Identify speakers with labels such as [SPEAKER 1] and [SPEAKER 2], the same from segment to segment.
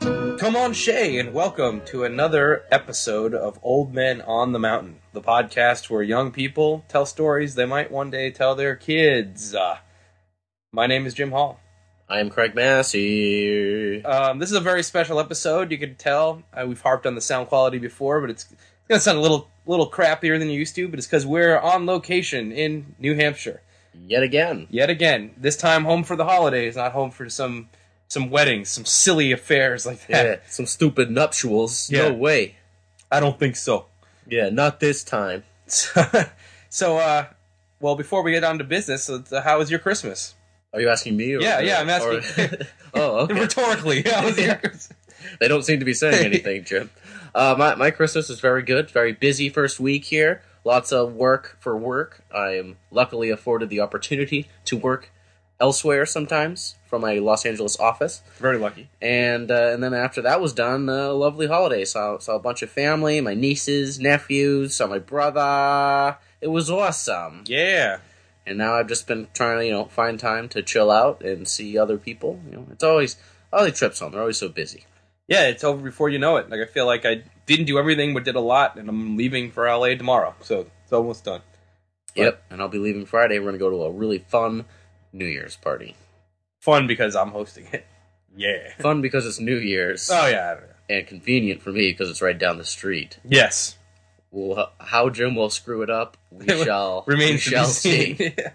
[SPEAKER 1] Come on, Shay, and welcome to another episode of Old Men on the Mountain, the podcast where young people tell stories they might one day tell their kids. Uh, my name is Jim Hall.
[SPEAKER 2] I am Craig Massey.
[SPEAKER 1] Um, this is a very special episode. You can tell uh, we've harped on the sound quality before, but it's, it's going to sound a little little crappier than you used to. But it's because we're on location in New Hampshire
[SPEAKER 2] Yet again.
[SPEAKER 1] yet again. This time, home for the holidays, not home for some some weddings, some silly affairs like that.
[SPEAKER 2] Yeah, some stupid nuptials.
[SPEAKER 1] Yeah.
[SPEAKER 2] No way.
[SPEAKER 1] I don't think so.
[SPEAKER 2] Yeah, not this time.
[SPEAKER 1] So, so, uh, well, before we get on to business, uh, how was your Christmas?
[SPEAKER 2] Are you asking me? Or,
[SPEAKER 1] Yeah, yeah, I'm
[SPEAKER 2] or-
[SPEAKER 1] asking.
[SPEAKER 2] oh, okay.
[SPEAKER 1] Rhetorically, how was your
[SPEAKER 2] Yeah.
[SPEAKER 1] Christmas?
[SPEAKER 2] They don't seem to be saying anything, Jim. Uh, my my Christmas is very good. Very busy first week here. Lots of work for work. I am luckily afforded the opportunity to work elsewhere sometimes from my Los Angeles office.
[SPEAKER 1] Very lucky.
[SPEAKER 2] and uh, and then after that was done, uh, a lovely holiday. Saw saw a bunch of family, my nieces, nephews, saw my brother. It was awesome.
[SPEAKER 1] Yeah,
[SPEAKER 2] And now I've just been trying to you know find time to chill out and see other people. You know, it's always all the trips home. They're always so busy.
[SPEAKER 1] yeah. It's over before you know it. Like I feel like I didn't do everything, but did a lot, and I'm leaving for LA tomorrow, so it's almost done.
[SPEAKER 2] Yep. And I'll be leaving Friday. We're gonna go to a really fun New Year's party.
[SPEAKER 1] Fun because I'm hosting it. Yeah.
[SPEAKER 2] Fun because it's New Year's,
[SPEAKER 1] Oh yeah. I don't know.
[SPEAKER 2] and convenient for me because it's right down the street.
[SPEAKER 1] Yes.
[SPEAKER 2] Well, h- how Jim will screw it up, we shall we
[SPEAKER 1] Remains to be
[SPEAKER 2] shall
[SPEAKER 1] seen.
[SPEAKER 2] see.
[SPEAKER 1] Yeah.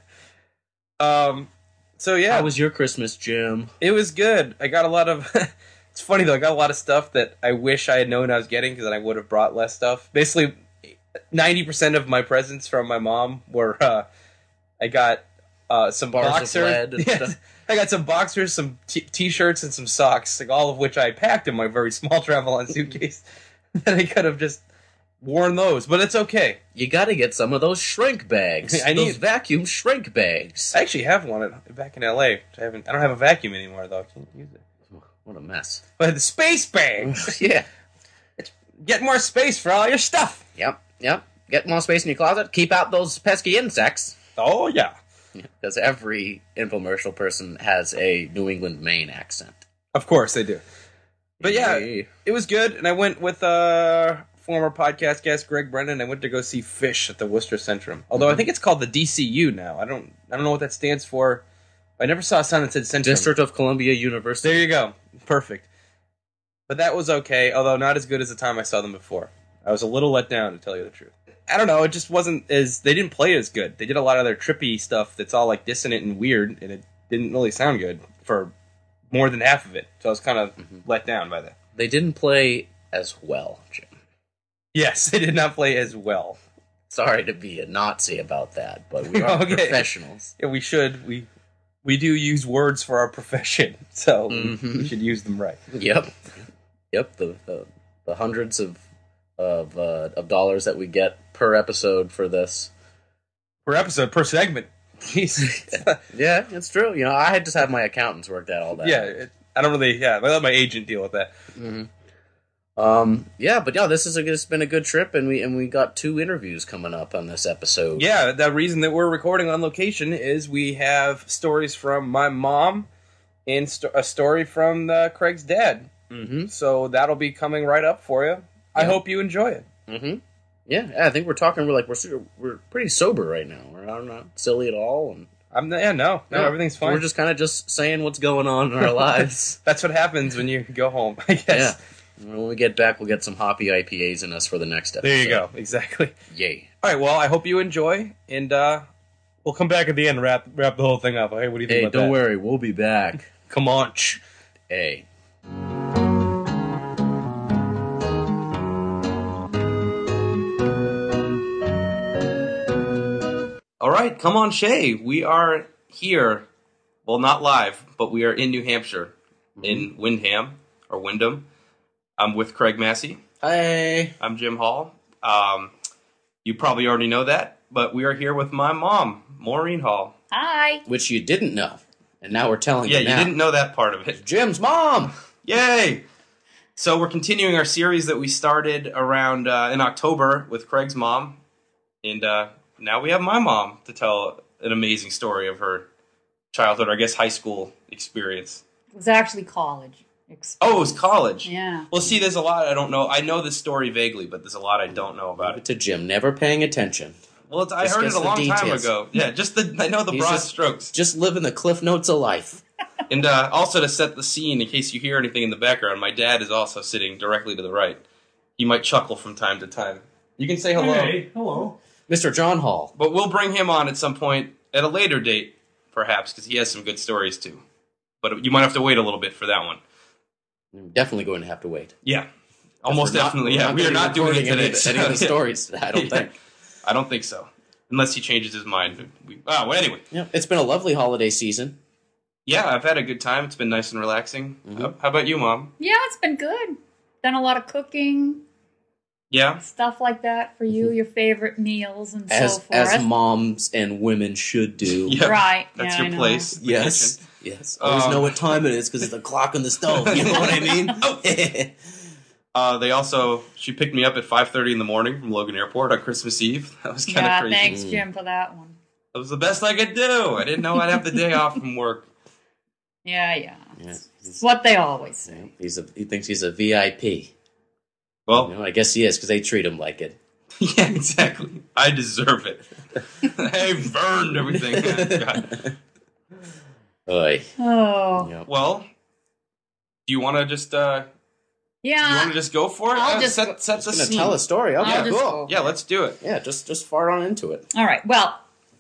[SPEAKER 1] Um. So yeah,
[SPEAKER 2] How was your Christmas, Jim?
[SPEAKER 1] It was good. I got a lot of. it's funny though. I got a lot of stuff that I wish I had known I was getting because then I would have brought less stuff. Basically, ninety percent of my presents from my mom were. Uh, I got uh, some
[SPEAKER 2] Bars of
[SPEAKER 1] boxers.
[SPEAKER 2] lead and
[SPEAKER 1] Yeah,
[SPEAKER 2] stuff.
[SPEAKER 1] I got some boxers, some t- t-shirts, and some socks. Like all of which I packed in my very small travel on suitcase. then I could have just worn those, but it's okay.
[SPEAKER 2] You gotta get some of those shrink bags.
[SPEAKER 1] I
[SPEAKER 2] those
[SPEAKER 1] need-
[SPEAKER 2] vacuum shrink bags.
[SPEAKER 1] I actually have one at, back in L.A. which I haven't. I don't have a vacuum anymore though. I can't use it.
[SPEAKER 2] What a mess.
[SPEAKER 1] But the space bags.
[SPEAKER 2] yeah.
[SPEAKER 1] Get more space for all your stuff.
[SPEAKER 2] Yep. Yep. Get more space in your closet. Keep out those pesky insects.
[SPEAKER 1] Oh yeah,
[SPEAKER 2] Because every infomercial person has a New England Maine accent.
[SPEAKER 1] of course they do. But yeah, it was good, and I went with uh, former podcast guest Greg Brennan. I went to go see Fish at the Worcester Centrum. Although I think it's called the DCU now. I don't, I don't know what that stands for. I never saw a sign that said Centrum.
[SPEAKER 2] District of Columbia University.
[SPEAKER 1] There you go, perfect. But that was okay, although not as good as the time I saw them before. I was a little let down, to tell you the truth. I don't know. It just wasn't as they didn't play as good. They did a lot of their trippy stuff that's all like dissonant and weird, and it didn't really sound good for more than half of it. So I was kind of let down by that.
[SPEAKER 2] They didn't play as well, Jim.
[SPEAKER 1] Yes, they did not play as well.
[SPEAKER 2] Sorry to be a Nazi about that, but we are
[SPEAKER 1] Okay.
[SPEAKER 2] professionals.
[SPEAKER 1] Yeah, we should we we do use words for our profession, so we-
[SPEAKER 2] Mhm.
[SPEAKER 1] we should use them right.
[SPEAKER 2] Yep. Yep. The the, the hundreds of of uh, of dollars that we get per episode for this.
[SPEAKER 1] Per episode, per segment. Jeez.
[SPEAKER 2] Yeah, it's true. You know, I had just have my accountants work that all that.
[SPEAKER 1] yeah, it, I don't really. Yeah, I let my agent deal with that.
[SPEAKER 2] Um. Yeah, but yeah, this is a, it's been a good trip, and we and we got two interviews coming up on this episode.
[SPEAKER 1] Yeah, the reason that we're recording on location is we have stories from my mom and st- a story from the Craig's dad.
[SPEAKER 2] Mm-hmm.
[SPEAKER 1] So that'll be coming right up for you. I
[SPEAKER 2] Yeah.
[SPEAKER 1] hope you enjoy it.
[SPEAKER 2] Mm-hmm. Yeah, yeah, I think we're talking. We're like we're super, we're pretty sober right now. We're not, not silly at all, and
[SPEAKER 1] I'm yeah, no, no, everything's fine.
[SPEAKER 2] We're just kind of just saying what's going on in our lives.
[SPEAKER 1] That's what happens when you go home, I guess.
[SPEAKER 2] Yeah. When we get back, we'll get some hoppy IPAs in us for the next episode.
[SPEAKER 1] There you go. Exactly.
[SPEAKER 2] Yay.
[SPEAKER 1] All right. Well, I hope you enjoy, and uh, we'll come back at the end and wrap wrap the whole thing up. Hey, what do you think
[SPEAKER 2] Hey,
[SPEAKER 1] about
[SPEAKER 2] don't
[SPEAKER 1] that?
[SPEAKER 2] worry, we'll be back.
[SPEAKER 1] Come on. shh.
[SPEAKER 2] Hey.
[SPEAKER 1] All right, come on, Shay. We are here. Well, not live, but we are in New Hampshire, in Windham or Wyndham. I'm with Craig Massey.
[SPEAKER 2] Hey.
[SPEAKER 1] I'm Jim Hall. Um, you probably already know that, but we are here with my mom, Maureen Hall.
[SPEAKER 3] Hi.
[SPEAKER 2] Which you didn't know, and now we're telling
[SPEAKER 1] Yeah,
[SPEAKER 2] you.
[SPEAKER 1] you
[SPEAKER 2] now.
[SPEAKER 1] didn't know that part of it.
[SPEAKER 2] Jim's mom.
[SPEAKER 1] Yay! So we're continuing our series that we started around uh, in October with Craig's mom, and uh, now we have my mom to tell an amazing story of her childhood, or I guess high school experience.
[SPEAKER 3] It was actually college.
[SPEAKER 1] Oh, it was college.
[SPEAKER 3] Yeah.
[SPEAKER 1] Well, see, there's a lot I don't know. I know this story vaguely, but there's a lot I don't know about it.
[SPEAKER 2] To Jim, never paying attention.
[SPEAKER 1] Well, it's, I
[SPEAKER 2] Just
[SPEAKER 1] heard
[SPEAKER 2] guess
[SPEAKER 1] it a
[SPEAKER 2] the
[SPEAKER 1] long time
[SPEAKER 2] details.
[SPEAKER 1] ago. Yeah, just the I know the
[SPEAKER 2] He's
[SPEAKER 1] broad
[SPEAKER 2] just-
[SPEAKER 1] strokes,
[SPEAKER 2] Just living the cliff notes of life.
[SPEAKER 1] and uh, also to set the scene in case you hear anything in the background. My dad is also sitting directly to the right. He might chuckle from time to time. You can say hello,
[SPEAKER 4] Hey, hello.
[SPEAKER 2] Mr. John Hall.
[SPEAKER 1] but we'll bring him on at some point at a later date, perhaps, because he has some good stories too. But you might have to wait a little bit for that one.
[SPEAKER 2] I'm definitely going to have to wait.
[SPEAKER 1] Yeah, almost
[SPEAKER 2] We're not-
[SPEAKER 1] definitely.
[SPEAKER 2] we're
[SPEAKER 1] yeah, we
[SPEAKER 2] gonna
[SPEAKER 1] are
[SPEAKER 2] be
[SPEAKER 1] not doing it
[SPEAKER 2] recording
[SPEAKER 1] today.
[SPEAKER 2] Any, of the- any of the
[SPEAKER 1] so-
[SPEAKER 2] stories, today, I don't
[SPEAKER 1] Yeah.
[SPEAKER 2] think.
[SPEAKER 1] I don't think so, unless he changes his mind. We, oh, well, anyway.
[SPEAKER 2] Yeah, it's been a lovely holiday season.
[SPEAKER 1] Yeah, I've had a good time. It's been nice and relaxing.
[SPEAKER 2] Mhm.
[SPEAKER 1] Uh, how about you, Mom?
[SPEAKER 3] Yeah, it's been good. Done a lot of cooking,
[SPEAKER 1] Yeah.
[SPEAKER 3] stuff like that for you, your favorite meals and
[SPEAKER 2] As
[SPEAKER 3] so forth.
[SPEAKER 2] as moms and women should do.
[SPEAKER 1] Yeah.
[SPEAKER 3] Right.
[SPEAKER 1] That's
[SPEAKER 3] yeah,
[SPEAKER 1] your
[SPEAKER 3] I know.
[SPEAKER 1] place. the
[SPEAKER 2] Yes.
[SPEAKER 1] kitchen.
[SPEAKER 2] Yes. Always know
[SPEAKER 1] Um, Oh.
[SPEAKER 2] what time it is because it's the clock on the stove. You know what I mean?
[SPEAKER 1] Uh, they also she picked me up at 5:30 in the morning from Logan Airport on Christmas Eve. That was kind of
[SPEAKER 3] Yeah,
[SPEAKER 1] crazy.
[SPEAKER 3] thanks,
[SPEAKER 2] Mm.
[SPEAKER 3] Jim, for that one.
[SPEAKER 1] That was the best I could do. I didn't know I'd have the day off from work.
[SPEAKER 3] Yeah, yeah.
[SPEAKER 2] Yeah,
[SPEAKER 3] It's,
[SPEAKER 2] he's-
[SPEAKER 3] it's what they always
[SPEAKER 2] Yeah,
[SPEAKER 3] say.
[SPEAKER 2] he's a, he thinks he's a VIP. You
[SPEAKER 1] Well,
[SPEAKER 2] know, I guess he is because they treat him like it.
[SPEAKER 1] yeah, exactly. I deserve it. I've earned everything. Oh, God.
[SPEAKER 2] Oy.
[SPEAKER 3] Oh.
[SPEAKER 2] Yep.
[SPEAKER 1] Well, do you want to just uh, you want
[SPEAKER 3] Yeah.
[SPEAKER 1] to just go for it?
[SPEAKER 3] I'll
[SPEAKER 1] Uh,
[SPEAKER 3] just
[SPEAKER 1] set,
[SPEAKER 3] go-
[SPEAKER 1] set the
[SPEAKER 2] Gonna
[SPEAKER 1] scene.
[SPEAKER 2] tell a story. Okay,
[SPEAKER 3] I'll just
[SPEAKER 2] cool.
[SPEAKER 3] go.
[SPEAKER 1] Yeah, let's do it.
[SPEAKER 2] Yeah, just just fart on into it.
[SPEAKER 3] All right. Well,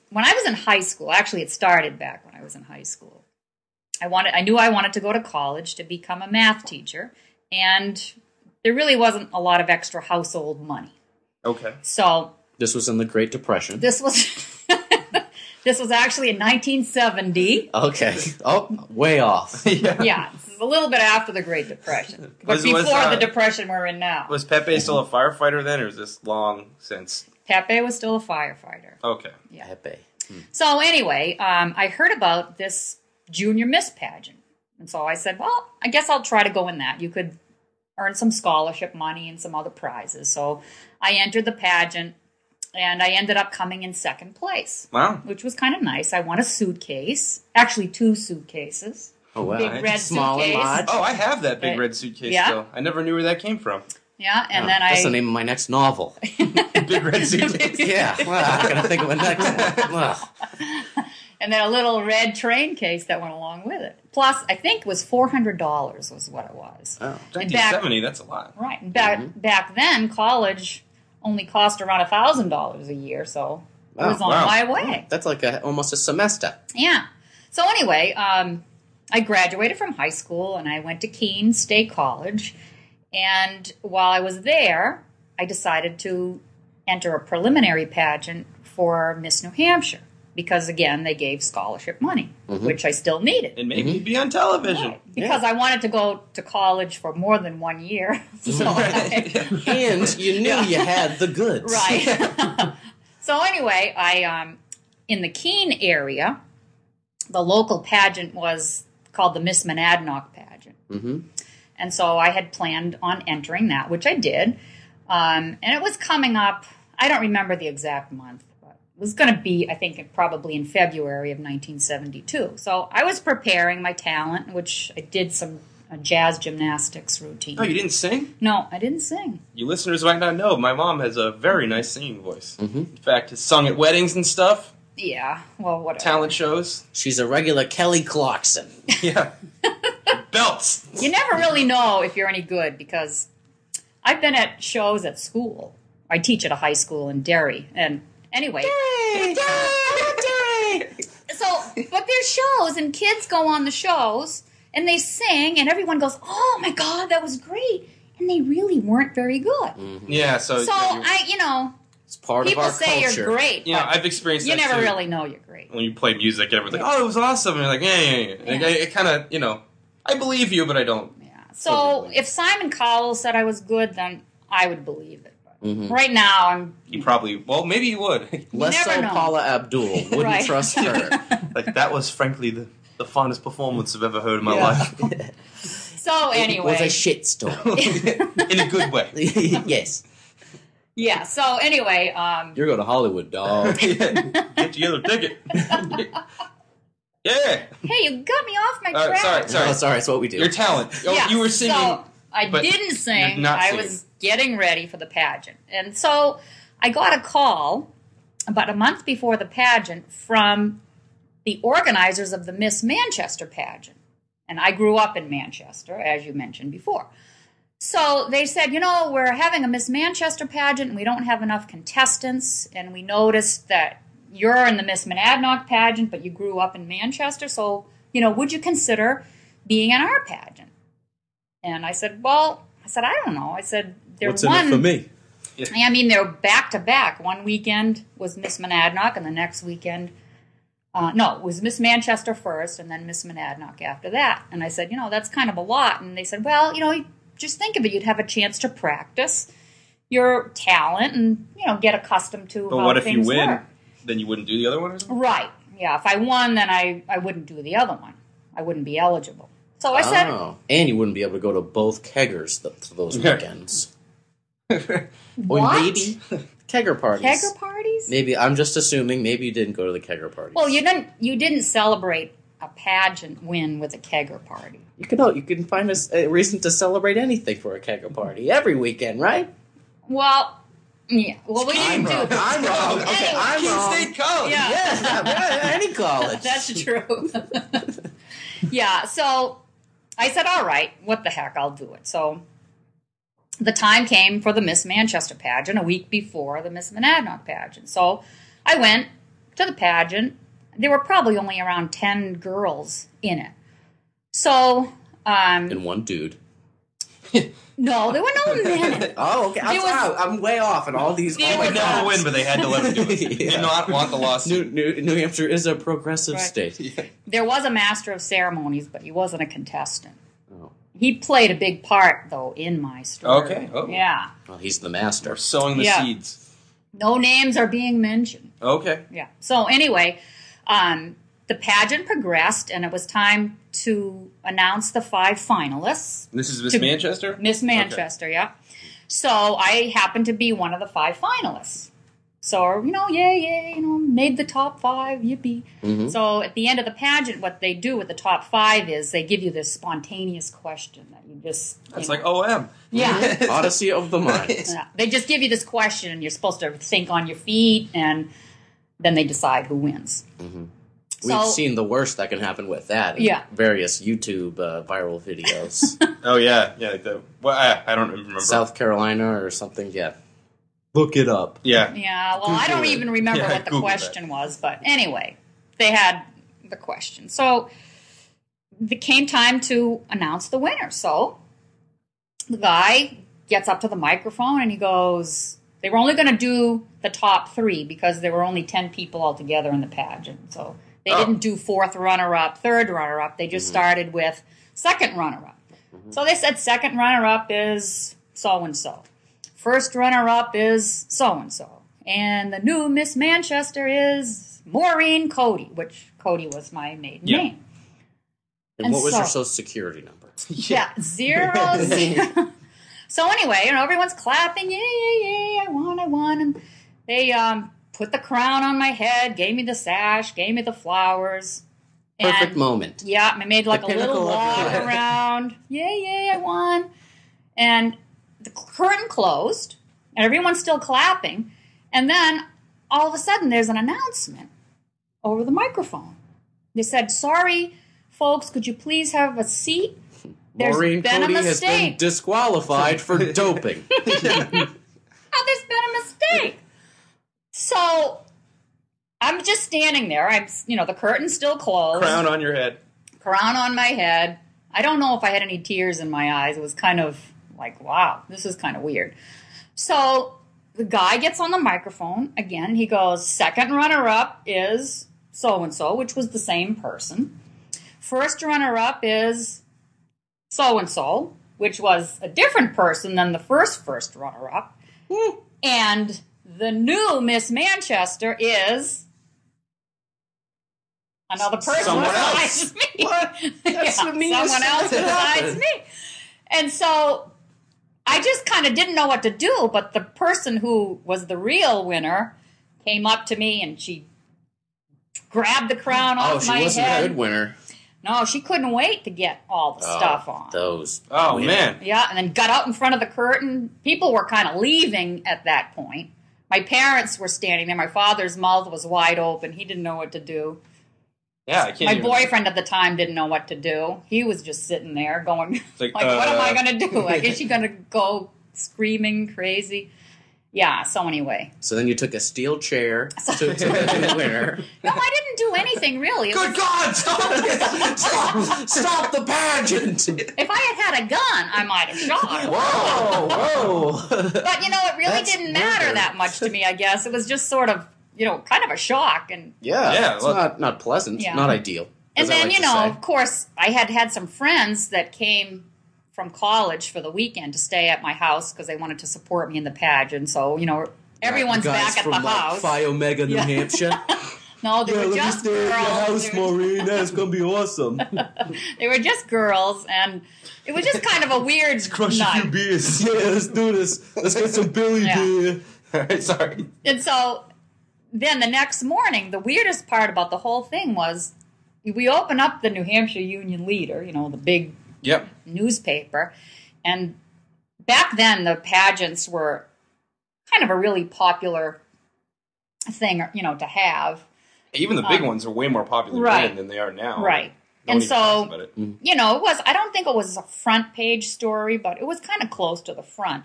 [SPEAKER 3] when I was in high school, actually it started back when I was in high school. I wanted I knew I wanted to go to college to become a math teacher, and there really wasn't a lot of extra household money.
[SPEAKER 1] Okay.
[SPEAKER 3] So
[SPEAKER 2] This was in the Great Depression.
[SPEAKER 3] this was this was actually in 1970.
[SPEAKER 2] Okay. Oh, way off.
[SPEAKER 1] yeah.
[SPEAKER 3] Yeah, this is a little bit after the Great Depression, but
[SPEAKER 1] Was-
[SPEAKER 3] before
[SPEAKER 1] was, uh,
[SPEAKER 3] the Depression we're in now.
[SPEAKER 1] Was Pepe still a firefighter then, or is this long since?
[SPEAKER 3] Pepe was still a firefighter.
[SPEAKER 1] Okay.
[SPEAKER 2] Pepe.
[SPEAKER 3] So anyway, um, I heard about this junior Miss pageant, and so I said, "Well, I guess I'll try to go in that. You could earn some scholarship money and some other prizes." So I entered the pageant, and I ended up coming in second place,
[SPEAKER 1] Wow.
[SPEAKER 3] which was kind of nice. I won a suitcase, actually two suitcases.
[SPEAKER 2] Oh wow.
[SPEAKER 3] Big red
[SPEAKER 2] Small and
[SPEAKER 3] suitcase.
[SPEAKER 2] large.
[SPEAKER 1] Oh, I have that big
[SPEAKER 3] Okay.
[SPEAKER 1] red suitcase
[SPEAKER 3] Yeah.
[SPEAKER 1] still. I never knew where that came from.
[SPEAKER 3] Yeah, and
[SPEAKER 2] Oh,
[SPEAKER 3] then
[SPEAKER 2] that's
[SPEAKER 3] I
[SPEAKER 2] the name of my next novel.
[SPEAKER 1] Big red suitcase.
[SPEAKER 2] yeah. Well, I gotta think of a next one. Well,
[SPEAKER 3] and then a little red train case that went along with it. Plus, I think it was four hundred dollars was what it was.
[SPEAKER 2] oh.
[SPEAKER 1] 1970, that's a lot.
[SPEAKER 3] Right. And Back
[SPEAKER 2] mm-hmm.
[SPEAKER 3] back then, college only cost around a thousand dollars a year, so I was
[SPEAKER 2] Wow.
[SPEAKER 3] on
[SPEAKER 1] wow.
[SPEAKER 3] my way.
[SPEAKER 2] That's like a, almost a semester.
[SPEAKER 3] Yeah. So anyway, um, I graduated from high school and I went to Keene State College. And while I was there, I decided to enter a preliminary pageant for Miss New Hampshire because again they gave scholarship money, which I still needed.
[SPEAKER 1] It
[SPEAKER 2] Mm-hmm.
[SPEAKER 1] made me be on television.
[SPEAKER 3] Because I wanted to go to college for more than one year. So I-
[SPEAKER 2] And you knew you had the goods.
[SPEAKER 3] Right. so anyway, I um in the Keene area, the local pageant was called the Miss Monadnock pageant.
[SPEAKER 1] Mm-hmm.
[SPEAKER 2] Mhm.
[SPEAKER 3] And so I had planned on entering that, which I did. Um, and it was coming up, I don't remember the exact month, but it was going to be, I think, it probably in February of 1972. So I was preparing my talent, which I did some uh, jazz gymnastics routine.
[SPEAKER 1] Oh, you didn't sing?
[SPEAKER 3] no, I didn't sing.
[SPEAKER 1] You listeners might not know, my mom has a very nice singing voice. In fact, has sung at weddings and stuff,
[SPEAKER 3] Yeah, well, whatever.
[SPEAKER 1] talent shows.
[SPEAKER 2] She's a regular Kelly Clarkson.
[SPEAKER 1] Yeah. Belts.
[SPEAKER 3] you never really know if you're any good because I've been at shows at school. I teach at a high school in Derry, and anyway, so but there's shows and kids go on the shows and they sing and everyone goes, "Oh my god, that was great," and they really weren't very good.
[SPEAKER 1] Yeah, so.
[SPEAKER 3] So
[SPEAKER 1] yeah, you-
[SPEAKER 3] I, you know,
[SPEAKER 2] It's part
[SPEAKER 3] people
[SPEAKER 2] of our
[SPEAKER 3] say
[SPEAKER 2] culture.
[SPEAKER 3] you're great,
[SPEAKER 1] you know,
[SPEAKER 3] but
[SPEAKER 1] I've experienced
[SPEAKER 3] you
[SPEAKER 1] that
[SPEAKER 3] never
[SPEAKER 1] too.
[SPEAKER 3] really know you're great.
[SPEAKER 1] When you play music, everyone's like, oh, it was awesome. And you're like, yeah, yeah, yeah. Like,
[SPEAKER 3] Yeah.
[SPEAKER 1] I- it kind of, you know, I believe you, but I don't.
[SPEAKER 3] Yeah. So if Simon Cowell said I was good, then I would believe it. But
[SPEAKER 2] Mhm.
[SPEAKER 3] Right now, I'm
[SPEAKER 1] You probably, well, maybe you would.
[SPEAKER 2] Less
[SPEAKER 3] never
[SPEAKER 2] so
[SPEAKER 3] know.
[SPEAKER 2] Paula Abdul. Wouldn't
[SPEAKER 3] Right.
[SPEAKER 2] trust her.
[SPEAKER 1] like that was frankly the, the finest performance I've ever heard in my
[SPEAKER 2] Yeah.
[SPEAKER 1] life.
[SPEAKER 3] so anyway.
[SPEAKER 2] It was a shitstorm.
[SPEAKER 1] in a good way.
[SPEAKER 2] yes.
[SPEAKER 3] Yeah. So anyway, um,
[SPEAKER 2] You're going to Hollywood, dog.
[SPEAKER 1] Get together, ticket. yeah, Yeah.
[SPEAKER 3] Hey, you got me off my
[SPEAKER 1] All right,
[SPEAKER 3] track.
[SPEAKER 1] Sorry.
[SPEAKER 2] No, sorry, it's what we do.
[SPEAKER 1] Your talent.
[SPEAKER 2] Oh,
[SPEAKER 1] You-
[SPEAKER 3] Yeah,
[SPEAKER 1] you were singing.
[SPEAKER 3] So I
[SPEAKER 1] but
[SPEAKER 3] didn't sing.
[SPEAKER 1] you're not
[SPEAKER 3] I
[SPEAKER 1] singing.
[SPEAKER 3] was getting ready for the pageant. And so I got a call about a month before the pageant from the organizers of the Miss Manchester pageant. And I grew up in Manchester, as you mentioned before. So they said, you know, we're having a Miss Manchester pageant and we don't have enough contestants. And we noticed that you're in the Miss Monadnock pageant, but you grew up in Manchester. So, you know, would you consider being in our pageant? And I said, well, I said, I don't know. I said, they're
[SPEAKER 4] What's in
[SPEAKER 3] one.
[SPEAKER 4] it for me?
[SPEAKER 3] I mean, they're back to back. One weekend was Miss Monadnock, and the next weekend, uh, no, it was Miss Manchester first, and then Miss Monadnock after that. And I said, you know, that's kind of a lot. And they said, well, you know, you- just think of it. You'd have a chance to practice your talent and you know get accustomed to.
[SPEAKER 1] But
[SPEAKER 3] how
[SPEAKER 1] what if you
[SPEAKER 3] things
[SPEAKER 1] win?
[SPEAKER 3] work."
[SPEAKER 1] Then you wouldn't do the other one or something?
[SPEAKER 3] Right. Yeah. If I won, then I I wouldn't do the other one. I wouldn't be eligible. So I said,
[SPEAKER 2] Oh. And you wouldn't be able to go to both keggers th- to those
[SPEAKER 1] Yeah.
[SPEAKER 2] weekends.
[SPEAKER 3] what?
[SPEAKER 2] Or maybe kegger parties.
[SPEAKER 3] Kegger parties?
[SPEAKER 2] Maybe I'm just assuming. Maybe you didn't go to the kegger parties.
[SPEAKER 3] Well, you didn't. You didn't celebrate a pageant win with a kegger party.
[SPEAKER 2] you can oh, you can find a, s- a reason to celebrate anything for a kegger party every weekend, right?
[SPEAKER 3] Well, yeah. Well, we didn't do that.
[SPEAKER 2] I'm wrong. Okay,
[SPEAKER 3] Anyway.
[SPEAKER 2] I'm
[SPEAKER 1] King
[SPEAKER 2] wrong.
[SPEAKER 1] State College.
[SPEAKER 3] Yeah.
[SPEAKER 2] Yeah, yeah, any college.
[SPEAKER 3] That's true. yeah. So I said, all right, what the heck, I'll do it. So the time came for the Miss Manchester pageant a week before the Miss Monadnock pageant. So I went to the pageant. There were probably only around 10 girls in it. So, um,
[SPEAKER 2] and one dude.
[SPEAKER 3] no, there were no men. in it.
[SPEAKER 2] Oh, okay. I'm,
[SPEAKER 3] There was-
[SPEAKER 2] wow, I'm way off in all these.
[SPEAKER 3] There
[SPEAKER 2] oh my
[SPEAKER 3] was-
[SPEAKER 1] Would never
[SPEAKER 2] God.
[SPEAKER 1] win, but they had to let him do it. They
[SPEAKER 2] Yeah.
[SPEAKER 1] Did not want the lawsuit.
[SPEAKER 2] New, New, New Hampshire is a progressive
[SPEAKER 3] Right.
[SPEAKER 2] state.
[SPEAKER 3] There was a master of ceremonies, but he wasn't a contestant.
[SPEAKER 2] Oh.
[SPEAKER 3] He played a big part, though, in my story.
[SPEAKER 1] Okay, oh.
[SPEAKER 3] Yeah.
[SPEAKER 2] Well, he's the master.
[SPEAKER 1] They're sowing the
[SPEAKER 3] Yeah.
[SPEAKER 1] seeds.
[SPEAKER 3] No names are being mentioned.
[SPEAKER 1] Okay.
[SPEAKER 3] Yeah. So anyway, um, the pageant progressed, and it was time to announce the five finalists.
[SPEAKER 1] This is Miss
[SPEAKER 3] To-
[SPEAKER 1] Manchester?
[SPEAKER 3] Miss Manchester, yeah. So I happened to be one of the five finalists. So, you know, yay, yay, you know, made the top five, yippee.
[SPEAKER 2] Mm-hmm.
[SPEAKER 3] So at the end of the pageant, what they do with the top five is they give you this spontaneous question that you just. you
[SPEAKER 1] It's
[SPEAKER 3] know-
[SPEAKER 2] oh,
[SPEAKER 1] like oh, OM.
[SPEAKER 3] Yeah.
[SPEAKER 2] Odyssey of the mind.
[SPEAKER 3] Yeah. They just give you this question, and you're supposed to think on your feet, and then they decide who wins.
[SPEAKER 2] Mm-hmm. We've
[SPEAKER 3] So-
[SPEAKER 2] seen the worst that can happen with that. in
[SPEAKER 3] Yeah.
[SPEAKER 2] Various YouTube uh, viral videos.
[SPEAKER 1] Oh, yeah. Yeah, like the, well, I, I don't remember.
[SPEAKER 2] South Carolina or something. Yeah. Look it up.
[SPEAKER 1] yeah.
[SPEAKER 3] Yeah, well, I
[SPEAKER 2] Google
[SPEAKER 3] don't
[SPEAKER 2] it.
[SPEAKER 3] even remember
[SPEAKER 1] Yeah,
[SPEAKER 3] what the
[SPEAKER 1] Google that.
[SPEAKER 3] question was, but anyway, they had the question. So it came time to announce the winner. So the guy gets up to the microphone and he goes, They were only going to do the top three because there were only 10 people altogether in the pageant. So they
[SPEAKER 1] Oh.
[SPEAKER 3] didn't do fourth runner up, third runner up. They just started with second runner up. So they said second runner up is so and so. First runner up is so and so. And the new Miss Manchester is Maureen Cody, which Cody was my maiden
[SPEAKER 1] Yeah.
[SPEAKER 3] name.
[SPEAKER 2] And,
[SPEAKER 3] And
[SPEAKER 2] what was
[SPEAKER 3] so-
[SPEAKER 2] your social security number?
[SPEAKER 3] Yeah, zero, zero. so anyway, you know, everyone's clapping. Yay, yay, yay! I won, I won. And they um, put the crown on my head, gave me the sash, gave me the flowers.
[SPEAKER 2] Perfect
[SPEAKER 3] and,
[SPEAKER 2] moment.
[SPEAKER 3] Yeah, I made like
[SPEAKER 2] The
[SPEAKER 3] a little
[SPEAKER 2] pinnacle of your
[SPEAKER 3] walk
[SPEAKER 2] life.
[SPEAKER 3] around. Yay, yay! I won. And the curtain closed, and everyone's still clapping. And then all of a sudden, there's an announcement over the microphone. They said, "Sorry, folks, could you please have a seat?" There's
[SPEAKER 2] Maureen
[SPEAKER 3] been a
[SPEAKER 2] Cody has been
[SPEAKER 3] mistake.
[SPEAKER 2] disqualified for doping.
[SPEAKER 3] oh, there's been a mistake. So I'm just standing there. I'm, you know, the curtain's still closed.
[SPEAKER 1] Crown on your head.
[SPEAKER 3] Crown on my head. I don't know if I had any tears in my eyes. It was kind of like, wow, this is kind of weird. So the guy gets on the microphone again. He goes, second runner up is so and so, which was the same person. First runner up is so and so, which was a different person than the first first runner up. And the new Miss Manchester is another person
[SPEAKER 1] Someone
[SPEAKER 3] besides
[SPEAKER 1] else.
[SPEAKER 3] me.
[SPEAKER 2] That's
[SPEAKER 3] Yeah,
[SPEAKER 2] the meanest
[SPEAKER 3] someone
[SPEAKER 2] thing
[SPEAKER 3] else
[SPEAKER 2] that
[SPEAKER 3] besides
[SPEAKER 2] happened.
[SPEAKER 3] me. And so I just kind of didn't know what to do, but the person who was the real winner came up to me and she grabbed the crown
[SPEAKER 2] Oh,
[SPEAKER 3] off
[SPEAKER 2] she
[SPEAKER 3] my
[SPEAKER 2] wasn't a
[SPEAKER 3] head.
[SPEAKER 2] good winner.
[SPEAKER 3] No, she couldn't wait to get all
[SPEAKER 2] Oh,
[SPEAKER 3] the stuff on.
[SPEAKER 2] Those.
[SPEAKER 1] Oh
[SPEAKER 2] women.
[SPEAKER 1] man,
[SPEAKER 3] Yeah, and then got out in front of the curtain. People were kind of leaving at that point. My parents were standing there. My father's mouth was wide open. He didn't know what to do.
[SPEAKER 1] yeah, I can't.
[SPEAKER 3] My
[SPEAKER 1] even-
[SPEAKER 3] boyfriend at the time didn't know what to do. He was just sitting there going,
[SPEAKER 1] like,
[SPEAKER 3] like, what am I
[SPEAKER 1] uh,
[SPEAKER 3] going to do? Like, is she going to go screaming crazy? Yeah, so anyway.
[SPEAKER 2] So then you took a steel chair to, to the winner.
[SPEAKER 3] No, I didn't do anything really. It was-
[SPEAKER 2] Good God! Stop it! Stop! Stop the pageant!
[SPEAKER 3] if I had had a gun, I might have shot her.
[SPEAKER 2] Whoa! Whoa!
[SPEAKER 3] But, you know, it really
[SPEAKER 2] That's
[SPEAKER 3] didn't matter
[SPEAKER 2] murder.
[SPEAKER 3] that much to me, I guess. It was just sort of, you know, kind of a shock. And
[SPEAKER 2] yeah,
[SPEAKER 1] Yeah,
[SPEAKER 2] It's
[SPEAKER 1] well-
[SPEAKER 2] not not pleasant.
[SPEAKER 3] Yeah.
[SPEAKER 2] Not ideal.
[SPEAKER 3] and
[SPEAKER 2] as I
[SPEAKER 3] then
[SPEAKER 2] like
[SPEAKER 3] you
[SPEAKER 2] to
[SPEAKER 3] know
[SPEAKER 2] say.
[SPEAKER 3] of course i had had some friends that came from college for the weekend to stay at my house because they wanted to support me in the pageant so you know everyone's
[SPEAKER 2] Guys
[SPEAKER 3] back at
[SPEAKER 2] from,
[SPEAKER 3] the
[SPEAKER 2] like,
[SPEAKER 3] house
[SPEAKER 2] Phi Omega, New
[SPEAKER 3] Yeah.
[SPEAKER 2] Hampshire.
[SPEAKER 3] no they were just girls They were-
[SPEAKER 2] Maureen. That's gonna be awesome.
[SPEAKER 3] they were just girls and it was just kind of a weird night
[SPEAKER 1] beers.
[SPEAKER 2] Yeah, let's do this. Let's get some Billy
[SPEAKER 3] Yeah.
[SPEAKER 2] beer.
[SPEAKER 1] Sorry.
[SPEAKER 3] and so then the next morning the weirdest part about the whole thing was we open up the new hampshire union leader you know the big
[SPEAKER 1] Yep.
[SPEAKER 3] newspaper. And back then, the pageants were kind of a really popular thing, you know, to have.
[SPEAKER 1] Even the big ones are way more popular
[SPEAKER 3] Um, right.
[SPEAKER 1] then than they are now.
[SPEAKER 3] Right.
[SPEAKER 1] No one
[SPEAKER 3] And
[SPEAKER 1] even talks
[SPEAKER 3] so-
[SPEAKER 1] about it.
[SPEAKER 3] You know, it was, I don't think it was a front page story, but it was kind of close to the front.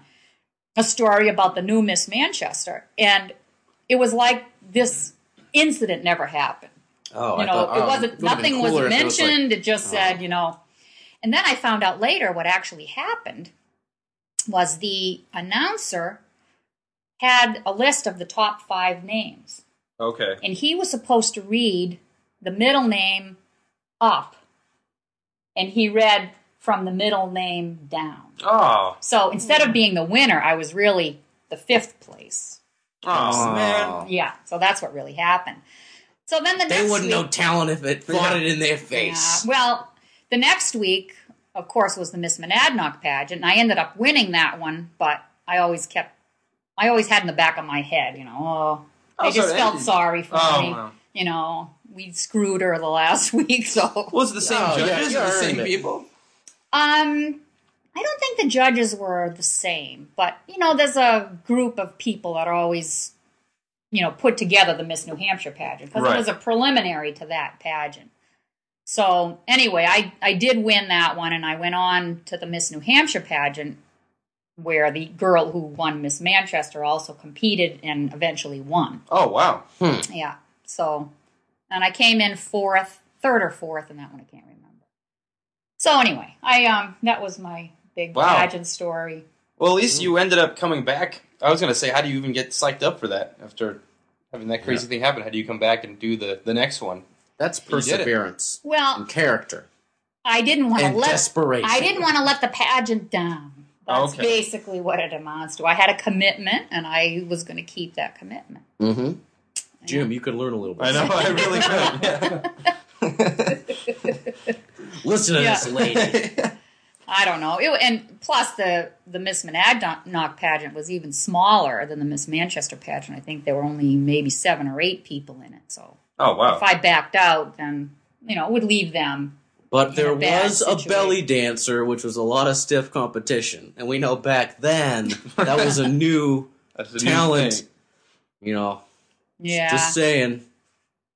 [SPEAKER 3] A story about the new Miss Manchester. And it was like this incident never happened.
[SPEAKER 2] Oh,
[SPEAKER 3] you know, it wasn't, nothing was mentioned. It, just said, you know. And then I found out later what actually happened was the announcer had a list of the top five names,
[SPEAKER 1] Okay.
[SPEAKER 3] and he was supposed to read the middle name up, and he read from the middle name down.
[SPEAKER 1] Oh.
[SPEAKER 3] So instead of being the winner, I was really the fifth place.
[SPEAKER 1] Oh, man.
[SPEAKER 3] Yeah, so that's what really happened. So then the
[SPEAKER 2] They
[SPEAKER 3] next
[SPEAKER 2] wouldn't
[SPEAKER 3] week,
[SPEAKER 2] know talent if it fought it in their face.
[SPEAKER 3] Yeah. Oh, Well, the next week, of course, was the Miss Monadnock pageant, and I ended up winning that one. But I always kept, I always had in the back of my head, you know, oh,
[SPEAKER 1] Oh,
[SPEAKER 3] I
[SPEAKER 1] so
[SPEAKER 3] just
[SPEAKER 1] it
[SPEAKER 3] felt
[SPEAKER 1] ended.
[SPEAKER 3] sorry for
[SPEAKER 1] Oh,
[SPEAKER 3] me.
[SPEAKER 1] wow.
[SPEAKER 3] You know, we screwed her the last week, so
[SPEAKER 1] Was it the same
[SPEAKER 2] Oh, yeah,
[SPEAKER 1] judges
[SPEAKER 2] you
[SPEAKER 1] or the
[SPEAKER 2] earned
[SPEAKER 1] same
[SPEAKER 2] it.
[SPEAKER 1] people?
[SPEAKER 3] um. I don't think the judges were the same, but you know, there's a group of people that always, you know, put together the Miss New Hampshire pageant because
[SPEAKER 1] Right.
[SPEAKER 3] it was a preliminary to that pageant. So anyway, I I did win that one, and I went on to the Miss New Hampshire pageant, where the girl who won Miss Manchester also competed and eventually won.
[SPEAKER 1] Oh wow.
[SPEAKER 3] Yeah. So, and I came in fourth, third or fourth in that one. I can't remember. So anyway, I um that was my big
[SPEAKER 1] Wow.
[SPEAKER 3] pageant story.
[SPEAKER 1] Well, at least you ended up coming back. I was gonna say, how do you even get psyched up for that after having that crazy thing happen? How do you come back and do the the next one?
[SPEAKER 2] That's
[SPEAKER 1] did it.
[SPEAKER 2] perseverance
[SPEAKER 3] Well,
[SPEAKER 2] and character.
[SPEAKER 3] I didn't want to
[SPEAKER 2] And
[SPEAKER 3] let
[SPEAKER 2] desperation.
[SPEAKER 3] I didn't want to let the pageant down. That's
[SPEAKER 1] Okay.
[SPEAKER 3] basically what it amounts to. I had a commitment, and I was going to keep that commitment.
[SPEAKER 2] Mm-hmm. Jim, you could learn a little bit.
[SPEAKER 1] I know, I really could. Yeah.
[SPEAKER 2] Listen to
[SPEAKER 3] Yeah.
[SPEAKER 2] this lady.
[SPEAKER 3] I don't know. It, and plus, the the Miss Monadnock pageant was even smaller than the Miss Manchester pageant. I think there were only maybe seven or eight people in it. So
[SPEAKER 1] Oh wow.
[SPEAKER 3] if I backed out, then you know it would leave them.
[SPEAKER 2] But
[SPEAKER 3] In
[SPEAKER 2] there
[SPEAKER 3] a bad
[SPEAKER 2] was a
[SPEAKER 3] situation.
[SPEAKER 2] belly dancer, which was a lot of stiff competition. And we know back then that was a new
[SPEAKER 1] That's the new
[SPEAKER 2] talent.
[SPEAKER 1] thing.
[SPEAKER 2] You know,
[SPEAKER 3] Yeah,
[SPEAKER 2] just saying.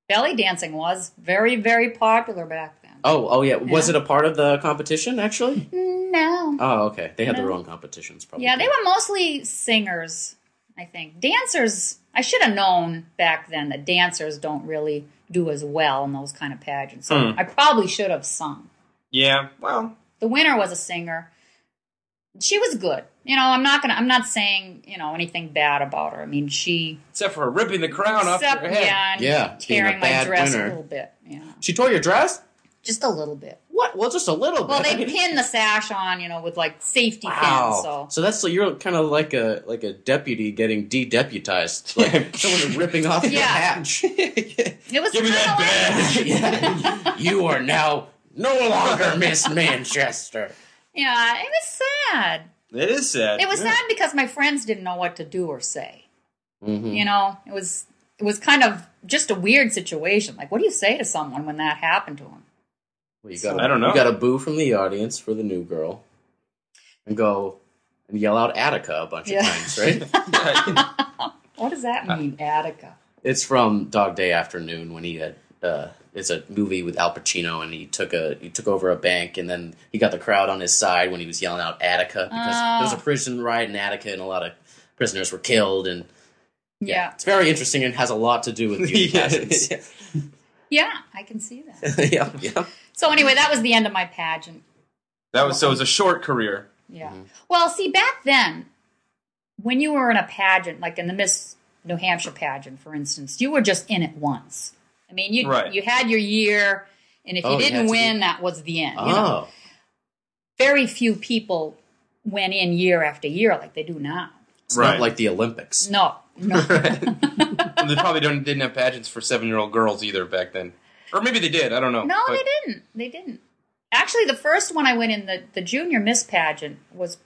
[SPEAKER 3] belly dancing was very very popular back then.
[SPEAKER 2] Oh, oh yeah. Was it a part of the competition actually?
[SPEAKER 3] No,
[SPEAKER 2] Oh, okay. They had their own competitions, probably.
[SPEAKER 3] Mm-hmm. yeah, they were mostly singers. I think dancers. I should have known back then that dancers don't really do as well in those kind of pageants. So
[SPEAKER 2] Hmm.
[SPEAKER 3] I probably should have sung.
[SPEAKER 1] Yeah. Well.
[SPEAKER 3] the winner was a singer she was good you know i'm not gonna i'm not saying you know anything bad about her i mean she
[SPEAKER 1] Except for ripping the crown off
[SPEAKER 3] Except-
[SPEAKER 1] your head.
[SPEAKER 3] yeah, and
[SPEAKER 2] Yeah, being a
[SPEAKER 3] tearing my
[SPEAKER 2] bad
[SPEAKER 3] dress
[SPEAKER 2] winner.
[SPEAKER 3] a little bit yeah
[SPEAKER 2] She tore your dress?
[SPEAKER 3] just a little bit
[SPEAKER 2] What? Well, just a little
[SPEAKER 3] well
[SPEAKER 2] bit.
[SPEAKER 3] they pinned the sash on you know with like safety pins
[SPEAKER 2] Wow.
[SPEAKER 3] so
[SPEAKER 2] So that's like you're kind of like a like a deputy getting de-deputized, like someone ripping off your
[SPEAKER 3] Yeah.
[SPEAKER 2] patch.
[SPEAKER 3] it was
[SPEAKER 1] Give me that
[SPEAKER 3] kinda like-
[SPEAKER 1] badge.
[SPEAKER 2] Yeah. You are now no longer Miss Manchester.
[SPEAKER 3] yeah it was sad
[SPEAKER 1] It is sad.
[SPEAKER 3] it was
[SPEAKER 1] yeah.
[SPEAKER 3] sad because my friends didn't know what to do or say
[SPEAKER 2] Mhm.
[SPEAKER 3] you know it was it was kind of just a weird situation. Like, what do you say to someone when that happened to him?
[SPEAKER 2] Well, you
[SPEAKER 3] So-
[SPEAKER 2] got
[SPEAKER 1] I don't know.
[SPEAKER 2] You got a boo from the audience for the new girl, and go and yell out Attica a bunch
[SPEAKER 3] Yeah.
[SPEAKER 2] of times, right?
[SPEAKER 3] What does
[SPEAKER 1] Uh.
[SPEAKER 3] that mean, Attica?
[SPEAKER 2] it's from Dog Day Afternoon when he had. Uh, it's a movie with Al Pacino, and he took a he took over a bank, and then he got the crowd on his side when he was yelling out Attica because there was a
[SPEAKER 3] Oh.
[SPEAKER 2] prison riot in Attica, and a lot of prisoners were killed. And
[SPEAKER 3] Yeah.
[SPEAKER 2] it's very interesting and has a lot to do with beauty pageants.
[SPEAKER 1] yeah.
[SPEAKER 3] Yeah, I can see that.
[SPEAKER 1] yeah.
[SPEAKER 2] yeah.
[SPEAKER 3] So, anyway, that was the end of my pageant.
[SPEAKER 1] That was so it was a short career.
[SPEAKER 3] Yeah.
[SPEAKER 2] Mm-hmm.
[SPEAKER 3] Well, see, back then, when you were in a pageant, like in the Miss New Hampshire pageant, for instance, you were just in it once. I mean, you
[SPEAKER 1] Right.
[SPEAKER 3] you had your year, and if
[SPEAKER 2] Oh,
[SPEAKER 3] you
[SPEAKER 2] you
[SPEAKER 3] didn't
[SPEAKER 2] had to
[SPEAKER 3] win,
[SPEAKER 2] do-
[SPEAKER 3] that was the end. you
[SPEAKER 2] Oh,
[SPEAKER 3] know? Very few people went in year after year like they do now.
[SPEAKER 2] it's
[SPEAKER 1] Right.
[SPEAKER 2] not like the Olympics.
[SPEAKER 3] No, no.
[SPEAKER 1] And they probably don't, didn't have pageants for seven year old girls either back then, or maybe they did. I don't know.
[SPEAKER 3] No,
[SPEAKER 1] But-
[SPEAKER 3] they didn't. They didn't. Actually, the first one I went in the the junior Miss pageant was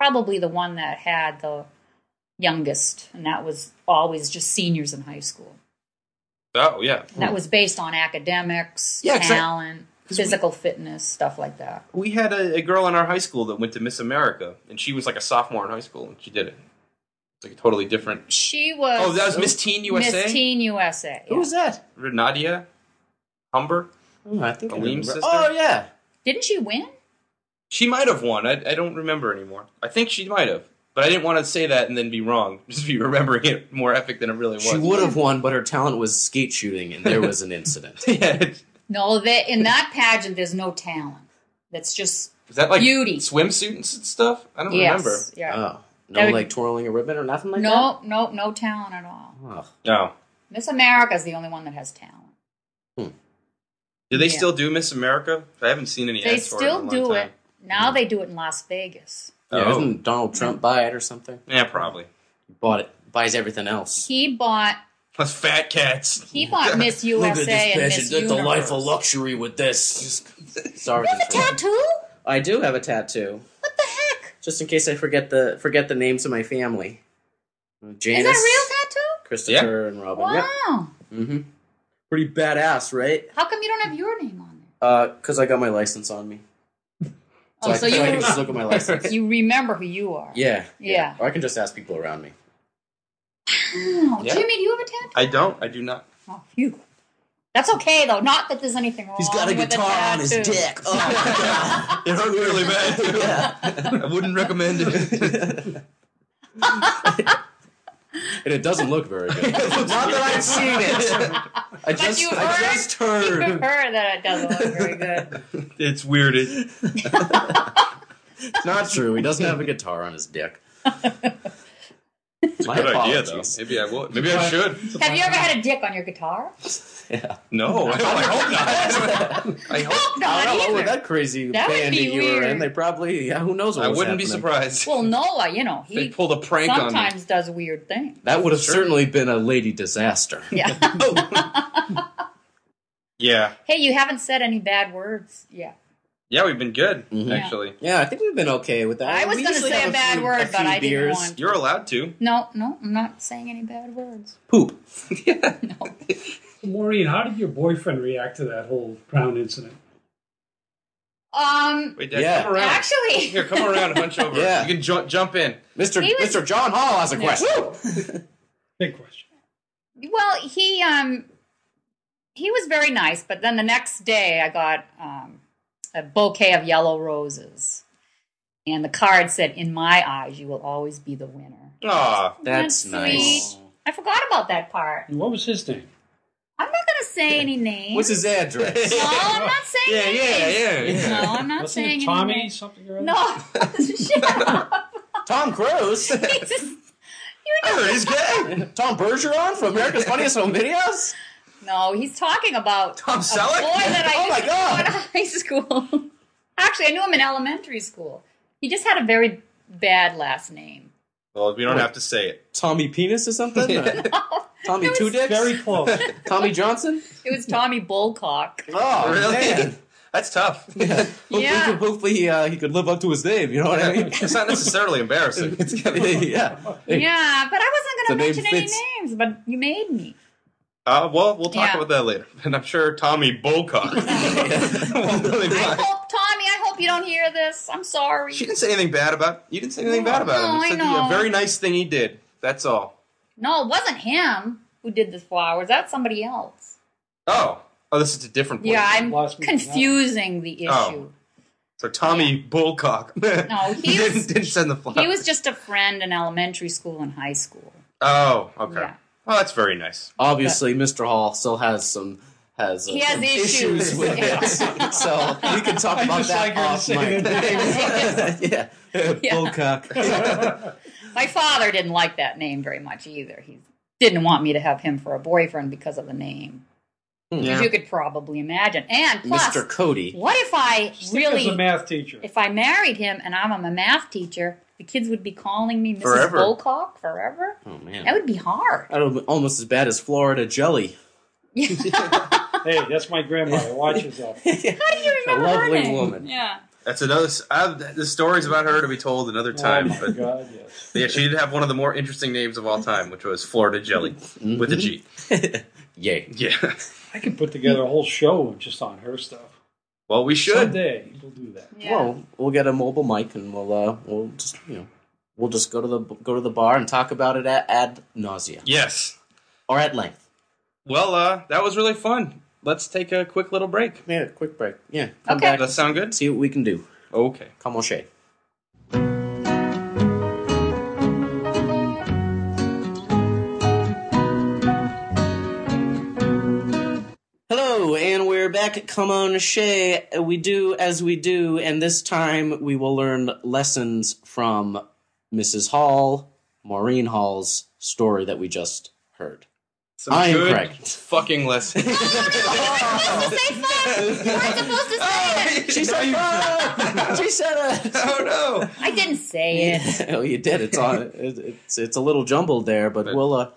[SPEAKER 3] probably the one that had the youngest, and that was always just seniors in high school.
[SPEAKER 1] Oh yeah.
[SPEAKER 3] That was based on academics,
[SPEAKER 1] Yeah, 'cause I-
[SPEAKER 3] talent,
[SPEAKER 1] 'cause we-
[SPEAKER 3] physical fitness, stuff like that.
[SPEAKER 1] We had a, a girl in our high school that went to Miss America, and she was like a sophomore in high school, and she did it. It's like a totally different.
[SPEAKER 3] She was
[SPEAKER 1] Oh, that was Miss Teen USA.
[SPEAKER 3] Miss Teen USA.
[SPEAKER 2] Who was that?
[SPEAKER 1] Nadia Humber.
[SPEAKER 2] Oh, I think I
[SPEAKER 1] Aleem
[SPEAKER 2] remember.
[SPEAKER 1] sister?
[SPEAKER 2] Oh yeah,
[SPEAKER 3] Didn't she win?
[SPEAKER 1] She might have won. I, I don't remember anymore. I think she might have, but I didn't want to say that and then be wrong. Just be remembering it more epic than it really was.
[SPEAKER 2] she would have won, but her talent was skeet shooting, and there was an incident.
[SPEAKER 1] yeah. it's-
[SPEAKER 3] No, that in that pageant there's no talent. That's just
[SPEAKER 1] Was that like
[SPEAKER 3] Beauty.
[SPEAKER 1] swimsuit and s- stuff? I don't remember. Uh,
[SPEAKER 3] yes, yeah.
[SPEAKER 2] Oh,
[SPEAKER 3] That
[SPEAKER 2] no,
[SPEAKER 3] would-
[SPEAKER 2] like twirling a ribbon or nothing like
[SPEAKER 3] no, no, no talent at all.
[SPEAKER 2] that. Oh.
[SPEAKER 1] No.
[SPEAKER 3] Miss America is the only one that has talent.
[SPEAKER 1] Do they
[SPEAKER 3] Yeah.
[SPEAKER 1] still do Miss America? I haven't seen any.
[SPEAKER 3] they
[SPEAKER 1] ads for
[SPEAKER 3] still
[SPEAKER 1] it in a long
[SPEAKER 3] do
[SPEAKER 1] time.
[SPEAKER 3] it. Now they do it in Las Vegas.
[SPEAKER 2] Yeah,
[SPEAKER 1] Oh.
[SPEAKER 2] Doesn't Donald
[SPEAKER 3] Mm.
[SPEAKER 2] Trump buy it or something?
[SPEAKER 1] Yeah, probably.
[SPEAKER 2] Bought it. Buys everything else.
[SPEAKER 3] He bought
[SPEAKER 1] Plus fat cats.
[SPEAKER 3] he bought Miss USA and
[SPEAKER 2] It's
[SPEAKER 3] Miss
[SPEAKER 2] a life of
[SPEAKER 3] Universe.
[SPEAKER 2] luxury with this. Sorry.
[SPEAKER 3] You have a
[SPEAKER 2] for interrupting.
[SPEAKER 3] tattoo?
[SPEAKER 2] I do have a tattoo,
[SPEAKER 3] What the heck?
[SPEAKER 2] just in case I forget the forget the names of my family.
[SPEAKER 3] Is
[SPEAKER 2] Janice,
[SPEAKER 3] that a
[SPEAKER 2] Christopher, and Robin.
[SPEAKER 3] real tattoo? Wow.
[SPEAKER 2] Yep. hmm Pretty badass, right?
[SPEAKER 3] How come you don't have your name on there?
[SPEAKER 2] Uh, cause I got my license on me.
[SPEAKER 3] Oh,
[SPEAKER 2] I,
[SPEAKER 3] so
[SPEAKER 2] I can
[SPEAKER 3] you
[SPEAKER 2] just look at my license.
[SPEAKER 3] you remember who you are.
[SPEAKER 2] Yeah,
[SPEAKER 3] Yeah.
[SPEAKER 2] Or I can just ask people around me.
[SPEAKER 3] Wow.
[SPEAKER 1] Yeah.
[SPEAKER 3] Oh, Jimmy, do you have a tattoo?
[SPEAKER 1] I don't. I do not.
[SPEAKER 3] Oh, phew. That's okay though. Not that there's anything wrong. with tattoo.
[SPEAKER 2] Oh my
[SPEAKER 1] It hurt really bad.
[SPEAKER 2] god.
[SPEAKER 1] I wouldn't recommend it.
[SPEAKER 2] and it doesn't look very good.
[SPEAKER 1] Not that I've seen it.
[SPEAKER 2] I
[SPEAKER 3] just- you I heard- just You prefer that it doesn't look very good.
[SPEAKER 1] It's weird. It-
[SPEAKER 2] Not true. He doesn't have a guitar on his dick.
[SPEAKER 1] It's a
[SPEAKER 2] My
[SPEAKER 1] good idea,
[SPEAKER 2] apologies.
[SPEAKER 1] though. Maybe I will. Maybe I should.
[SPEAKER 3] Have you ever had a dick on your guitar?
[SPEAKER 2] Yeah.
[SPEAKER 1] No, I, I hope not. I hope.
[SPEAKER 3] Hope
[SPEAKER 2] I
[SPEAKER 3] not
[SPEAKER 2] don't know
[SPEAKER 3] either.
[SPEAKER 2] with Oh, that crazy
[SPEAKER 3] That would
[SPEAKER 2] band
[SPEAKER 3] be
[SPEAKER 2] that you were in.
[SPEAKER 3] weird.
[SPEAKER 2] They probably yeah, who knows what
[SPEAKER 1] I
[SPEAKER 2] was
[SPEAKER 1] wouldn't be
[SPEAKER 2] happening.
[SPEAKER 1] surprised.
[SPEAKER 3] Well, Noah, you know,
[SPEAKER 1] They
[SPEAKER 3] he
[SPEAKER 1] pulled a prank on me.
[SPEAKER 3] sometimes does weird things.
[SPEAKER 2] That would have
[SPEAKER 1] Sure.
[SPEAKER 2] certainly been a lady disaster.
[SPEAKER 3] Yeah.
[SPEAKER 1] Yeah.
[SPEAKER 3] hey, you haven't said any bad words. Yeah.
[SPEAKER 1] Yeah, we've been good
[SPEAKER 2] Mhm.
[SPEAKER 1] actually.
[SPEAKER 2] Yeah, I think we've been okay with that.
[SPEAKER 3] I was
[SPEAKER 2] We
[SPEAKER 3] gonna
[SPEAKER 2] usually
[SPEAKER 3] say
[SPEAKER 2] have
[SPEAKER 3] a bad
[SPEAKER 2] few-
[SPEAKER 3] word,
[SPEAKER 2] a few
[SPEAKER 3] but I didn't
[SPEAKER 2] beers.
[SPEAKER 3] want-
[SPEAKER 1] You're allowed to.
[SPEAKER 3] No, no, I'm not saying any bad words.
[SPEAKER 2] Poop.
[SPEAKER 1] yeah.
[SPEAKER 4] Maureen, how did your boyfriend react to that whole Brown incident?
[SPEAKER 3] Um,
[SPEAKER 1] Wait, Dad,
[SPEAKER 2] Yeah.
[SPEAKER 1] come around.
[SPEAKER 3] actually,
[SPEAKER 1] Here, come around, hunch over.
[SPEAKER 2] Yeah.
[SPEAKER 1] You can ju- jump in.
[SPEAKER 2] Mr.
[SPEAKER 3] He was-
[SPEAKER 2] Mr. John Hall has a
[SPEAKER 3] Yeah.
[SPEAKER 2] question.
[SPEAKER 4] Big question.
[SPEAKER 3] well, he um, he was very nice, but then the next day I got um, a bouquet of yellow roses, and the card said, "In my eyes, you will always be the winner."
[SPEAKER 1] Aw.
[SPEAKER 2] That's
[SPEAKER 3] That's
[SPEAKER 2] nice.
[SPEAKER 3] sweet. I forgot about that part.
[SPEAKER 4] And what was his name?
[SPEAKER 3] I'm not gonna say any names.
[SPEAKER 2] What's his address?
[SPEAKER 3] No, I'm not saying.
[SPEAKER 1] Yeah, yeah,
[SPEAKER 3] any
[SPEAKER 1] yeah.
[SPEAKER 3] names.
[SPEAKER 1] yeah.
[SPEAKER 3] No, I'm not
[SPEAKER 4] Wasn't
[SPEAKER 3] saying
[SPEAKER 4] it
[SPEAKER 3] any
[SPEAKER 4] Tommy
[SPEAKER 3] names.
[SPEAKER 4] something or other?
[SPEAKER 3] No, shut up.
[SPEAKER 2] Tom Cruise.
[SPEAKER 3] It's just-
[SPEAKER 1] I heard he's gay.
[SPEAKER 2] Tom Bergeron from America's Funniest Home Videos?
[SPEAKER 3] No, he's talking about
[SPEAKER 1] Tom
[SPEAKER 3] a boy
[SPEAKER 1] Selleck.
[SPEAKER 3] that I
[SPEAKER 2] Oh my
[SPEAKER 3] used to know in
[SPEAKER 2] God.
[SPEAKER 3] high school. Actually, I knew him in elementary school. He just had a very bad last name.
[SPEAKER 1] Well, we don't have to say it.
[SPEAKER 2] Tommy Penis or something? Tommy
[SPEAKER 3] was
[SPEAKER 2] Two Dicks?
[SPEAKER 4] Very close.
[SPEAKER 2] Tommy Johnson?
[SPEAKER 3] It was Tommy Bullcock.
[SPEAKER 2] Oh,
[SPEAKER 1] really? That's tough.
[SPEAKER 2] Hopefully,
[SPEAKER 3] Yeah.
[SPEAKER 2] hopefully he, uh, he could live up to his name, you know what I mean?
[SPEAKER 1] It's not necessarily embarrassing.
[SPEAKER 2] It's gotta be- yeah.
[SPEAKER 3] Yeah, but I wasn't
[SPEAKER 2] The
[SPEAKER 3] going to
[SPEAKER 2] name
[SPEAKER 3] mention any
[SPEAKER 2] fits.
[SPEAKER 3] times, but you made me.
[SPEAKER 1] Uh, well, we'll talk
[SPEAKER 3] Yeah.
[SPEAKER 1] about that later. And I'm sure Tommy Bocock. will really
[SPEAKER 3] I
[SPEAKER 1] mind.
[SPEAKER 3] hope, Tommy, I hope you don't hear this. I'm sorry.
[SPEAKER 1] She didn't say anything bad about. You didn't say anything bad about
[SPEAKER 3] No,
[SPEAKER 1] him. You
[SPEAKER 3] I
[SPEAKER 1] said
[SPEAKER 3] know.
[SPEAKER 1] a very nice thing he did. That's all.
[SPEAKER 3] no, it wasn't him who did the flowers. That's somebody else.
[SPEAKER 1] Oh, oh, this is a different one.
[SPEAKER 3] Yeah, I'm
[SPEAKER 4] Lost me.
[SPEAKER 3] confusing the issue.
[SPEAKER 1] Oh. So Tommy Bullcock.
[SPEAKER 3] No, he
[SPEAKER 1] didn't,
[SPEAKER 3] was-
[SPEAKER 1] didn't send the flowers.
[SPEAKER 3] He was just a friend in elementary school and high school.
[SPEAKER 1] Oh, okay.
[SPEAKER 3] Yeah.
[SPEAKER 1] Well, that's very nice.
[SPEAKER 2] Obviously, Mr. Hall still has some has, uh,
[SPEAKER 3] He has
[SPEAKER 2] some
[SPEAKER 3] issues.
[SPEAKER 2] with it, so we can talk
[SPEAKER 4] I
[SPEAKER 2] about
[SPEAKER 4] just
[SPEAKER 2] that
[SPEAKER 4] like her to
[SPEAKER 2] off
[SPEAKER 4] say
[SPEAKER 2] mic.
[SPEAKER 4] the name.
[SPEAKER 2] yeah.
[SPEAKER 3] Yeah.
[SPEAKER 2] Bullcock.
[SPEAKER 3] My father didn't like that name very much either. He didn't want me to have him for a boyfriend because of the name,
[SPEAKER 2] Hmm.
[SPEAKER 3] as you could probably imagine. And plus,
[SPEAKER 2] Mr. Cody.
[SPEAKER 3] what if I
[SPEAKER 4] As a
[SPEAKER 3] really,
[SPEAKER 4] math teacher.
[SPEAKER 3] if I married him and I'm I'm a math teacher, the kids would be calling me Mrs.
[SPEAKER 1] Forever.
[SPEAKER 3] Bocock forever?
[SPEAKER 2] Oh
[SPEAKER 3] That
[SPEAKER 2] man.
[SPEAKER 3] would be hard.
[SPEAKER 2] That would be almost as bad as Florida jelly.
[SPEAKER 4] hey, that's my grandmother. Watch yourself. Oh
[SPEAKER 3] How do you
[SPEAKER 2] A
[SPEAKER 3] remember her
[SPEAKER 2] lovely
[SPEAKER 3] name?
[SPEAKER 2] woman.
[SPEAKER 3] Yeah.
[SPEAKER 1] That's another. s- I've, the stories about her to be told another time.
[SPEAKER 4] Oh, my
[SPEAKER 1] but
[SPEAKER 4] God, yes.
[SPEAKER 1] yeah, she did have one of the more interesting names of all time, which was Florida Jelly with a G.
[SPEAKER 2] Yay.
[SPEAKER 1] Yeah.
[SPEAKER 4] I could put together a whole show just on her stuff.
[SPEAKER 1] Well, we should.
[SPEAKER 4] Someday we'll do that.
[SPEAKER 3] yeah.
[SPEAKER 2] Well, we'll get a mobile mic and we'll uh, we'll just you know we'll just go to the go to the bar and talk about it at ad nausea
[SPEAKER 1] Yes.
[SPEAKER 2] or at length.
[SPEAKER 1] Well, uh, that was really fun. Let's take a quick little break.
[SPEAKER 2] Yeah, quick break. Yeah, come
[SPEAKER 3] Okay.
[SPEAKER 2] back
[SPEAKER 1] Does that sound good?
[SPEAKER 2] and see what we can do.
[SPEAKER 1] Okay.
[SPEAKER 2] Come on, Shay. Hello, and we're back at Come On Shay. We do as we do, and this time we will learn lessons from Mrs. Hall, Maureen Hall's story that we just heard.
[SPEAKER 1] Some
[SPEAKER 2] I am
[SPEAKER 1] good
[SPEAKER 2] correct.
[SPEAKER 1] fucking lesson.
[SPEAKER 3] Supposed to say fun. You weren't supposed to say it.
[SPEAKER 2] She said, "Ah!" she said it.
[SPEAKER 1] oh no!
[SPEAKER 3] I didn't say it.
[SPEAKER 2] oh, you did. It's on. it- It's it's a little jumbled there, but
[SPEAKER 1] But-
[SPEAKER 2] we'll. Uh,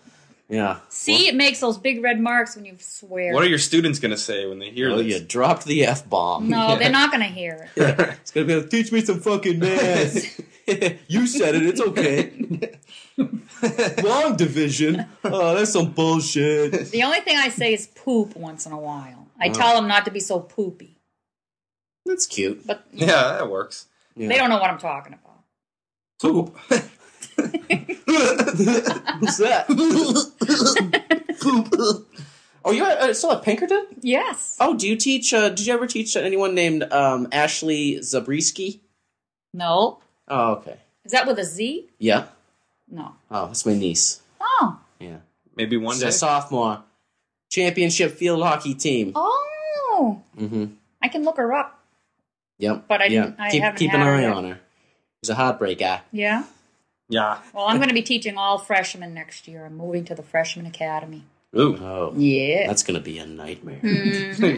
[SPEAKER 2] yeah.
[SPEAKER 3] See, it makes those big red marks when you swear.
[SPEAKER 1] What are your students gonna say when they hear
[SPEAKER 2] Oh, you
[SPEAKER 1] this?
[SPEAKER 2] dropped the f bomb.
[SPEAKER 3] no, they're not going to hear it.
[SPEAKER 2] It's gonna be like, teach me some fucking math. you said it. It's okay. Long division. Oh, that's some bullshit.
[SPEAKER 3] The only thing I say is poop once in a while. I tell them not to be so poopy,
[SPEAKER 2] That's cute.
[SPEAKER 3] but
[SPEAKER 1] Yeah, that works.
[SPEAKER 2] Yeah.
[SPEAKER 3] they don't know what I'm talking about.
[SPEAKER 1] Poop.
[SPEAKER 2] What's that? oh, you uh, still at Pinkerton?
[SPEAKER 3] Yes.
[SPEAKER 2] Oh, do you teach? Uh, did you ever teach anyone named um, Ashley Zabriskie?
[SPEAKER 3] No.
[SPEAKER 2] Oh, okay.
[SPEAKER 3] Is that with a Z?
[SPEAKER 2] Yeah.
[SPEAKER 3] No.
[SPEAKER 2] Oh, that's my niece.
[SPEAKER 3] Oh.
[SPEAKER 2] Yeah.
[SPEAKER 1] Maybe one
[SPEAKER 2] She's a
[SPEAKER 1] day.
[SPEAKER 2] sophomore. Championship field hockey team.
[SPEAKER 3] Oh.
[SPEAKER 2] Mm-hmm.
[SPEAKER 3] I can look her up.
[SPEAKER 2] Yep.
[SPEAKER 3] But I
[SPEAKER 2] yeah.
[SPEAKER 3] didn't- I
[SPEAKER 2] keep
[SPEAKER 3] haven't
[SPEAKER 2] keep
[SPEAKER 3] had
[SPEAKER 2] an
[SPEAKER 3] her
[SPEAKER 2] eye
[SPEAKER 3] yet.
[SPEAKER 2] on her. She's a heartbreak guy.
[SPEAKER 3] Yeah.
[SPEAKER 1] Yeah.
[SPEAKER 3] Well, I'm going to be teaching all freshmen next year. I'm moving to the freshman academy.
[SPEAKER 1] Ooh.
[SPEAKER 2] Oh,
[SPEAKER 3] Yeah.
[SPEAKER 2] that's gonna be a nightmare.
[SPEAKER 3] Hmm.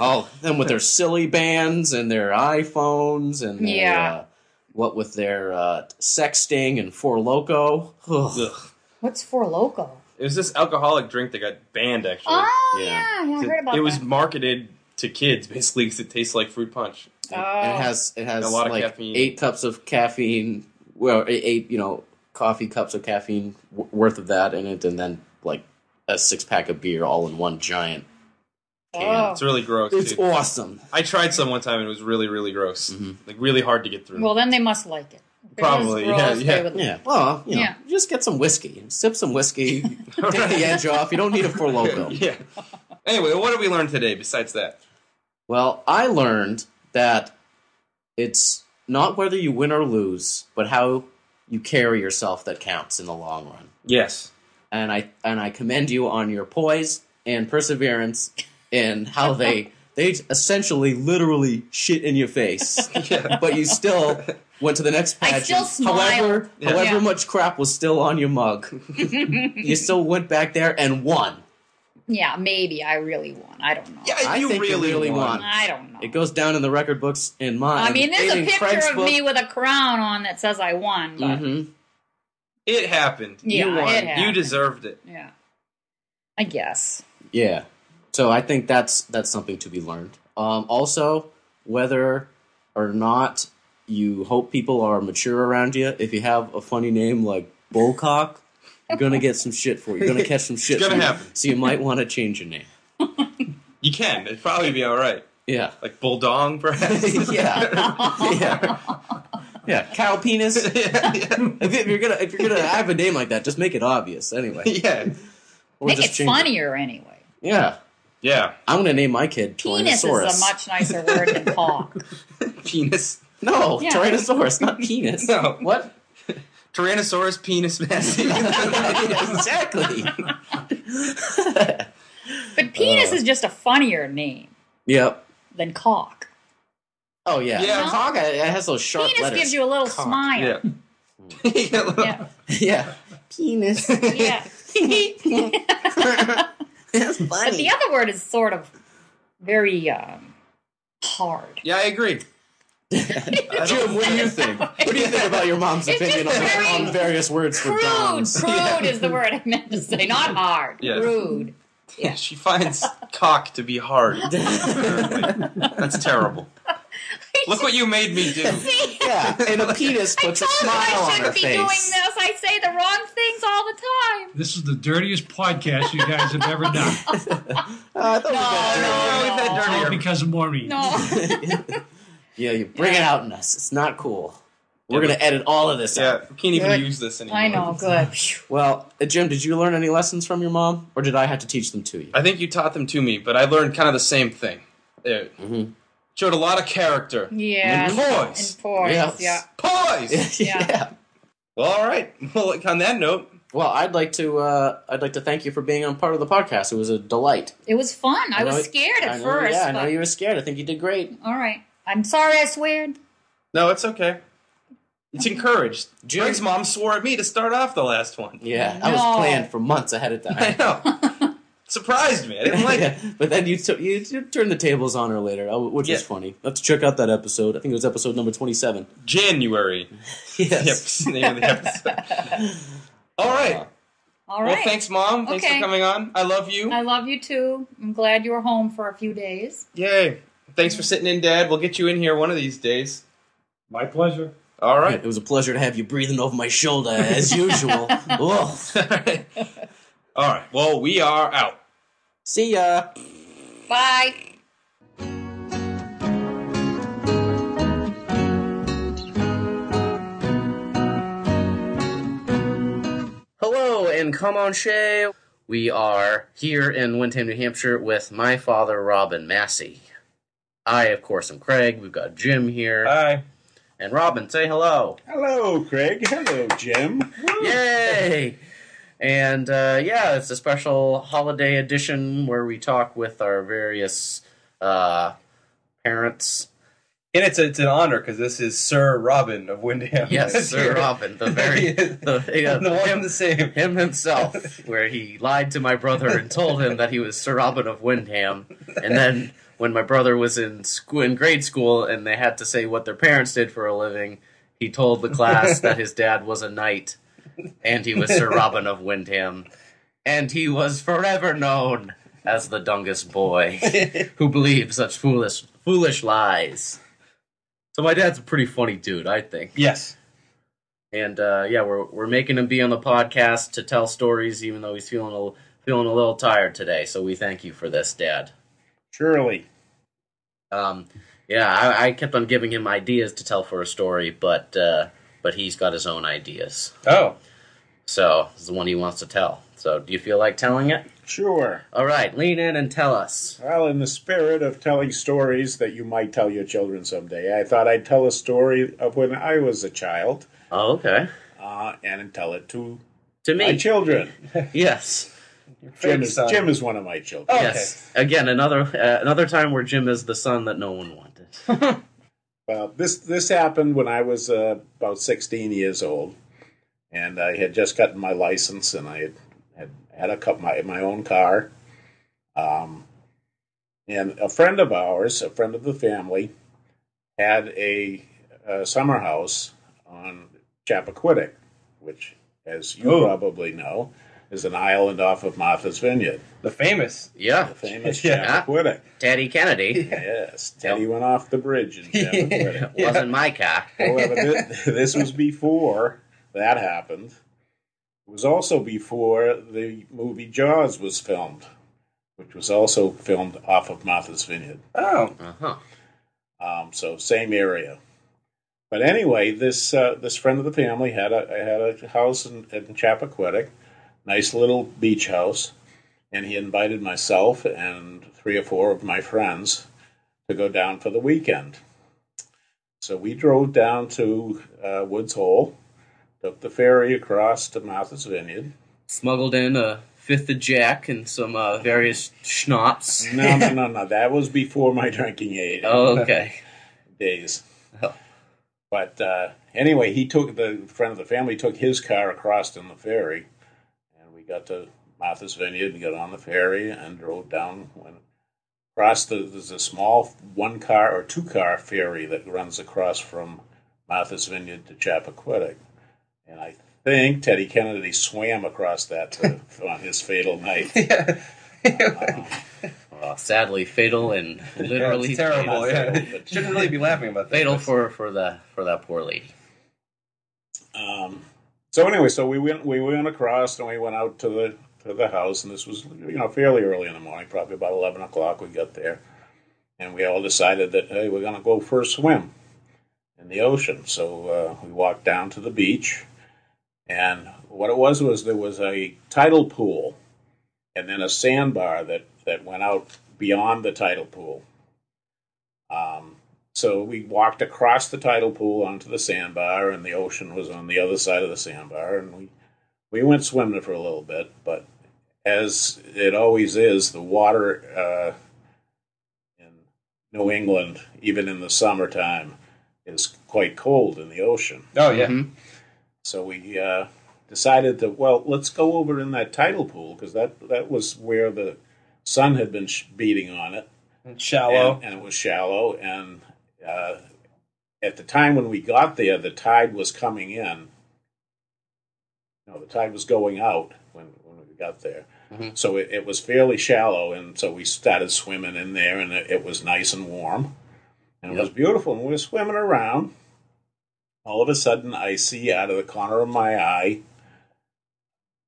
[SPEAKER 2] oh, them with their silly bands and their iPhones and their,
[SPEAKER 3] Yeah.
[SPEAKER 2] uh, what with their uh, sexting and four loco. Ugh.
[SPEAKER 1] Ugh.
[SPEAKER 3] What's for loco?
[SPEAKER 1] It was this alcoholic drink that got banned actually.
[SPEAKER 3] Oh
[SPEAKER 2] Yeah.
[SPEAKER 3] yeah, yeah, I heard about
[SPEAKER 1] it was
[SPEAKER 3] that.
[SPEAKER 1] marketed to kids basically because it tastes like fruit punch.
[SPEAKER 2] And
[SPEAKER 3] Oh.
[SPEAKER 2] it has it has
[SPEAKER 1] A lot of
[SPEAKER 2] like
[SPEAKER 1] caffeine.
[SPEAKER 2] eight cups of caffeine. Well, eight, eight you know coffee cups of caffeine w- worth of that in it, and then like a six pack of beer all in one giant.
[SPEAKER 3] Oh.
[SPEAKER 1] It's really gross.
[SPEAKER 2] It's
[SPEAKER 1] dude.
[SPEAKER 2] awesome.
[SPEAKER 1] I tried some one time and it was really, really gross.
[SPEAKER 2] Mm-hmm.
[SPEAKER 1] Like really hard to get through.
[SPEAKER 3] Well, then they must like it. If it was
[SPEAKER 1] Probably, yeah,
[SPEAKER 3] gross,
[SPEAKER 1] yeah.
[SPEAKER 3] they would-
[SPEAKER 2] Yeah. Well, you know,
[SPEAKER 3] Yeah.
[SPEAKER 2] just get some whiskey, sip some whiskey, take the edge off. You don't need a four loco.
[SPEAKER 1] yeah. Anyway, what did we learn today besides that?
[SPEAKER 2] Well, I learned that it's not whether you win or lose, but how you carry yourself that counts in the long run.
[SPEAKER 1] Yes.
[SPEAKER 2] and I and I commend you on your poise and perseverance and how they they essentially literally shit in your face, but you still went to the next
[SPEAKER 3] I
[SPEAKER 2] pageant.
[SPEAKER 3] still smiled.
[SPEAKER 2] However,
[SPEAKER 1] Yeah.
[SPEAKER 2] however
[SPEAKER 3] Yeah.
[SPEAKER 2] much crap was still on your mug, you still went back there and won.
[SPEAKER 3] Yeah, maybe I really won. I don't know.
[SPEAKER 1] Yeah,
[SPEAKER 2] I
[SPEAKER 1] you
[SPEAKER 2] think you
[SPEAKER 1] really,
[SPEAKER 2] really
[SPEAKER 1] won.
[SPEAKER 2] won.
[SPEAKER 3] I don't know.
[SPEAKER 2] It goes down in the record books in mine.
[SPEAKER 3] I mean, there's
[SPEAKER 2] and
[SPEAKER 3] a
[SPEAKER 2] in
[SPEAKER 3] picture
[SPEAKER 2] Craig's
[SPEAKER 3] of
[SPEAKER 2] book.
[SPEAKER 3] me with a crown on that says I won. But
[SPEAKER 2] Mhm.
[SPEAKER 1] It happened. you
[SPEAKER 3] Yeah,
[SPEAKER 1] won.
[SPEAKER 3] it happened.
[SPEAKER 1] You deserved it.
[SPEAKER 3] yeah, I guess.
[SPEAKER 2] Yeah. So I think that's that's something to be learned. Um, also, whether or not you hope people are mature around you, if you have a funny name like Bullcock, You're gonna get some shit for it. You're gonna catch some shit.
[SPEAKER 1] gonna
[SPEAKER 2] for it.
[SPEAKER 1] happen.
[SPEAKER 2] So you might want to change your name.
[SPEAKER 1] You can. It'd probably be all right.
[SPEAKER 2] Yeah.
[SPEAKER 1] Like bulldog, perhaps.
[SPEAKER 2] yeah. Yeah. Yeah. Cow penis.
[SPEAKER 1] yeah, yeah,
[SPEAKER 2] If you- if you're gonna if you're gonna have a name like that, just make it obvious anyway.
[SPEAKER 1] yeah,
[SPEAKER 2] Or
[SPEAKER 3] Make
[SPEAKER 2] just
[SPEAKER 3] it
[SPEAKER 2] change
[SPEAKER 3] funnier anyway.
[SPEAKER 2] Yeah.
[SPEAKER 1] yeah.
[SPEAKER 2] I'm gonna name my kid
[SPEAKER 3] Penis is
[SPEAKER 2] Tyrannosaurus.
[SPEAKER 3] a much nicer word than paw.
[SPEAKER 1] Penis.
[SPEAKER 2] no,
[SPEAKER 3] Yeah.
[SPEAKER 2] Tyrannosaurus, not penis.
[SPEAKER 1] No.
[SPEAKER 2] What?
[SPEAKER 1] Tyrannosaurus penis massey.
[SPEAKER 2] exactly.
[SPEAKER 3] But penis
[SPEAKER 2] Uh.
[SPEAKER 3] is just a funnier name
[SPEAKER 2] yep.
[SPEAKER 3] than cock.
[SPEAKER 2] Oh yeah.
[SPEAKER 1] Yeah.
[SPEAKER 2] Cock, uh, it has those sharp
[SPEAKER 3] Uh-huh. Penis
[SPEAKER 2] letters.
[SPEAKER 3] gives you a little
[SPEAKER 2] Cock.
[SPEAKER 3] smile.
[SPEAKER 1] yeah. yeah.
[SPEAKER 3] Yeah.
[SPEAKER 2] yeah. Penis.
[SPEAKER 3] yeah.
[SPEAKER 2] That's
[SPEAKER 3] But
[SPEAKER 2] funny.
[SPEAKER 3] the other word is sort of very um, hard.
[SPEAKER 1] Yeah, I agree. I
[SPEAKER 2] Jim,
[SPEAKER 1] don't-
[SPEAKER 2] what do you think? What do you think about your mom's
[SPEAKER 3] It's
[SPEAKER 2] opinion on,
[SPEAKER 3] just very
[SPEAKER 2] on various words for
[SPEAKER 3] Crude.
[SPEAKER 2] dons?
[SPEAKER 3] Crude is the word I meant to say, not hard.
[SPEAKER 1] Yes.
[SPEAKER 3] Crude.
[SPEAKER 1] She finds cock to be hard. That's terrible. Look what you made me do.
[SPEAKER 3] See?
[SPEAKER 2] yeah, and a penis puts a
[SPEAKER 3] Told you
[SPEAKER 2] smile
[SPEAKER 3] Oh, I
[SPEAKER 2] on her
[SPEAKER 3] shouldn't be
[SPEAKER 2] face.
[SPEAKER 3] doing this. I say the wrong things all the time.
[SPEAKER 4] This is the dirtiest podcast you guys have ever done.
[SPEAKER 2] Oh, I thought we got through it.
[SPEAKER 3] No, no.
[SPEAKER 1] Look at that
[SPEAKER 4] All
[SPEAKER 1] dirty-
[SPEAKER 4] because of Maureen.
[SPEAKER 3] No.
[SPEAKER 2] Yeah, you bring it out in us. It's not cool. We're
[SPEAKER 1] Yeah,
[SPEAKER 2] gonna edit all of this
[SPEAKER 1] Yeah,
[SPEAKER 2] out.
[SPEAKER 1] we can't even
[SPEAKER 2] Yeah.
[SPEAKER 1] use this anymore.
[SPEAKER 3] I know, good. Phew.
[SPEAKER 2] Well, uh, Jim, did you learn any lessons from your mom, or did I have to teach them to you?
[SPEAKER 1] I think you taught them to me, but I learned kind of the same thing. It
[SPEAKER 2] Mm-hmm.
[SPEAKER 1] showed a lot of character.
[SPEAKER 3] Yeah.
[SPEAKER 1] And poise.
[SPEAKER 3] And poise,
[SPEAKER 2] Yes.
[SPEAKER 3] yeah.
[SPEAKER 1] Poise!
[SPEAKER 3] Yeah.
[SPEAKER 1] well, all right. Well, look, on that note,
[SPEAKER 2] Well, I'd like to. Uh, I'd like to thank you for being on part of the podcast. It was a delight.
[SPEAKER 3] It was fun. I,
[SPEAKER 2] I know-
[SPEAKER 3] was scared at
[SPEAKER 2] I know-
[SPEAKER 3] first.
[SPEAKER 2] Yeah, I know
[SPEAKER 3] but-
[SPEAKER 2] you were scared. I think you did great.
[SPEAKER 3] All right. I'm sorry I sweared.
[SPEAKER 1] no, it's okay. It's encouraged.
[SPEAKER 2] Jim-
[SPEAKER 1] Greg's mom swore at me to start off the last one.
[SPEAKER 2] Yeah, I was
[SPEAKER 3] No.
[SPEAKER 2] planned for months ahead of time.
[SPEAKER 1] I know. Surprised me. I didn't like it.
[SPEAKER 2] but then you, t- you you turned the tables on her later, uh, which
[SPEAKER 1] Yeah.
[SPEAKER 2] was funny. Let's check out that episode. I think it was episode number twenty-seven.
[SPEAKER 1] January.
[SPEAKER 2] Yes.
[SPEAKER 1] Yep, name of the episode. All right.
[SPEAKER 3] All
[SPEAKER 1] well,
[SPEAKER 3] right.
[SPEAKER 1] thanks, Mom. Thanks
[SPEAKER 3] Okay. Uh,
[SPEAKER 1] for coming on. I love you.
[SPEAKER 3] I love you too. I'm glad you were home for a few days.
[SPEAKER 1] Yay. Thanks for sitting in, Dad. We'll get you in here one of these days.
[SPEAKER 5] My pleasure.
[SPEAKER 1] All right.
[SPEAKER 2] It was a pleasure to have you breathing over my shoulder as usual. Ugh.
[SPEAKER 1] All right. Well, we are out.
[SPEAKER 2] See ya.
[SPEAKER 3] Bye.
[SPEAKER 2] Hello and come on, Shay. We are here in Windham, New Hampshire with my father, Robin Massey. I, of course, am Craig. We've got Jim here.
[SPEAKER 1] Bye.
[SPEAKER 2] and Robin, say hello.
[SPEAKER 6] Hello, Craig. Hello, Jim.
[SPEAKER 2] Yay! And uh, yeah, it's a special holiday edition where we talk with our various uh, parents.
[SPEAKER 1] And it's it's an honor because this is Sir Robin of Windham.
[SPEAKER 2] Yes, Sir Robin, the very the, yeah,
[SPEAKER 1] no one
[SPEAKER 2] him,
[SPEAKER 1] and the same.
[SPEAKER 2] him himself, where he lied to my brother and told him that he was Sir Robin of Windham, and then when my brother was in school in grade school and they had to say what their parents did for a living, he told the class that his dad was a knight and he was Sir Robin of Windham, and he was forever known as the dungest boy who believed such foolish foolish lies. So my dad's a pretty funny dude, I think.
[SPEAKER 1] Yes.
[SPEAKER 2] And uh, yeah, we're we're making him be on the podcast to tell stories, even though he's feeling a feeling a little tired today. So we thank you for this, Dad.
[SPEAKER 6] Surely.
[SPEAKER 2] Um, yeah, I, I kept on giving him ideas to tell for a story, but uh, but he's got his own ideas.
[SPEAKER 1] Oh.
[SPEAKER 2] So this is the one he wants to tell. So do you feel like telling it?
[SPEAKER 6] Sure.
[SPEAKER 2] All right, lean in and tell us.
[SPEAKER 6] Well, in the spirit of telling stories that you might tell your children someday, I thought I'd tell a story of when I was a child
[SPEAKER 2] Oh, okay.
[SPEAKER 6] uh, and tell it to
[SPEAKER 2] To me,
[SPEAKER 6] my children.
[SPEAKER 2] yes,
[SPEAKER 6] Jim
[SPEAKER 1] Favorite
[SPEAKER 6] is,
[SPEAKER 1] son.
[SPEAKER 6] Jim is one of my children.
[SPEAKER 2] Oh,
[SPEAKER 1] Okay.
[SPEAKER 2] yes. Again, another uh, another time where Jim is the son that no one wanted.
[SPEAKER 6] Well, this this happened when I was uh, about 16 years old, and I had just gotten my license, and I had had, had a cup my my own car. Um, and a friend of ours, a friend of the family, had a, uh summer house on Chappaquiddick, which, as you
[SPEAKER 1] Oh.
[SPEAKER 6] probably know, is an island off of Martha's Vineyard,
[SPEAKER 1] The famous.
[SPEAKER 2] Yeah,
[SPEAKER 6] the famous
[SPEAKER 1] Yeah.
[SPEAKER 6] Chappaquiddick.
[SPEAKER 2] Teddy Kennedy
[SPEAKER 6] Yes, Teddy went off the bridge in Chappaquiddick.
[SPEAKER 2] wasn't my cat.
[SPEAKER 6] However, this, this was before that happened, It was also before the movie Jaws was filmed, which was also filmed off of Martha's Vineyard.
[SPEAKER 1] Oh,
[SPEAKER 2] Uh huh.
[SPEAKER 6] Um, so same area. But anyway, this uh, this friend of the family had a had a house in, in Chappaquiddick, nice little beach house, and he invited myself and three or four of my friends to go down for the weekend. So we drove down to uh, Woods Hole, took the ferry across to Martha's Vineyard.
[SPEAKER 2] Smuggled in a fifth of Jack and some uh, various schnapps.
[SPEAKER 6] No, no, no, no. That was before my drinking age.
[SPEAKER 2] Oh, okay.
[SPEAKER 6] days.
[SPEAKER 2] Oh.
[SPEAKER 6] But uh, anyway, he took the friend of the family took his car across in the ferry, and we got to Martha's Vineyard and got on the ferry and drove down. Went across the there's a small one car or two car ferry that runs across from Martha's Vineyard to Chappaquiddick, and I think Teddy Kennedy swam across that to, on his fatal night.
[SPEAKER 2] Well, sadly, fatal and literally
[SPEAKER 1] it's terrible. Yeah,
[SPEAKER 6] but-
[SPEAKER 1] shouldn't really be laughing about that.
[SPEAKER 2] fatal
[SPEAKER 1] but-
[SPEAKER 2] for for the for that poor lady.
[SPEAKER 6] Um, so anyway, so we went we went across and we went out to the to the house, and this was you know fairly early in the morning, probably about eleven o'clock. We got there, and we all decided that hey, we're gonna go for a swim in the ocean. So uh, we walked down to the beach, and what it was was there was a tidal pool, and then a sandbar that that went out beyond the tidal pool. Um, so we walked across the tidal pool onto the sandbar, and the ocean was on the other side of the sandbar, and we we went swimming for a little bit. But as it always is, the water uh, in New England, even in the summertime, is quite cold in the ocean.
[SPEAKER 2] Mm-hmm.
[SPEAKER 1] Oh yeah.
[SPEAKER 6] So we uh, decided that well, let's go over in that tidal pool because that that was where the sun had been sh- beating on it,
[SPEAKER 1] And Shallow.
[SPEAKER 6] and, and it was shallow. And uh, at the time when we got there, the tide was coming in. No, the tide was going out when, when we got there. So it, it was fairly shallow, and so we started swimming in there, and it, it was nice and warm, and it was beautiful. And we were swimming around. All of a sudden, I see out of the corner of my eye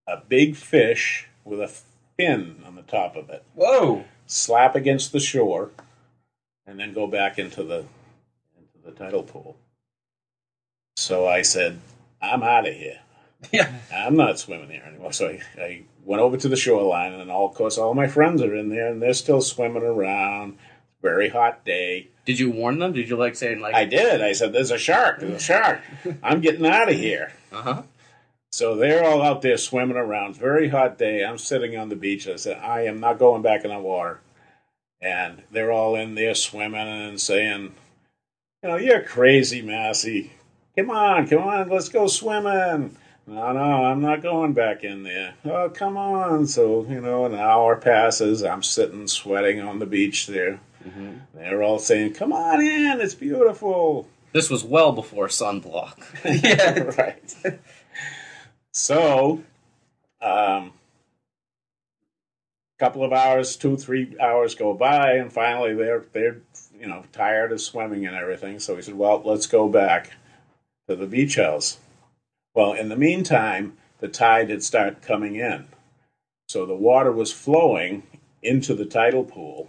[SPEAKER 6] a big fish with a fin on the top of it
[SPEAKER 1] Whoa.
[SPEAKER 6] slap against the shore, and then go back into the into the tidal pool. So I said, "I'm out of here.
[SPEAKER 1] Yeah.
[SPEAKER 6] I'm not swimming here anymore." So I, I went over to the shoreline, and all, of course, all my friends are in there, and they're still swimming around. Very hot day.
[SPEAKER 2] Did you warn them? Did you like saying like
[SPEAKER 6] I did. I said, "There's a shark. There's a shark. I'm getting out of here."
[SPEAKER 2] uh huh?
[SPEAKER 6] So they're all out there swimming around. It's a very hot day. I'm sitting on the beach. I said, I am not going back in the water. And they're all in there swimming and saying, You know, you're crazy, Massey. Come on, come on, let's go swimming. No, no, I'm not going back in there. Oh, come on. So, you know, an hour passes. I'm sitting sweating on the beach there. They're all saying, Come on in, it's beautiful.
[SPEAKER 2] This was well before sunblock.
[SPEAKER 1] Yeah.
[SPEAKER 6] right. So, um, couple of hours, two, three hours go by, and finally they're they're you know tired of swimming and everything. So we said, well, let's go back to the beach house. Well, in the meantime, the tide had started coming in, so the water was flowing into the tidal pool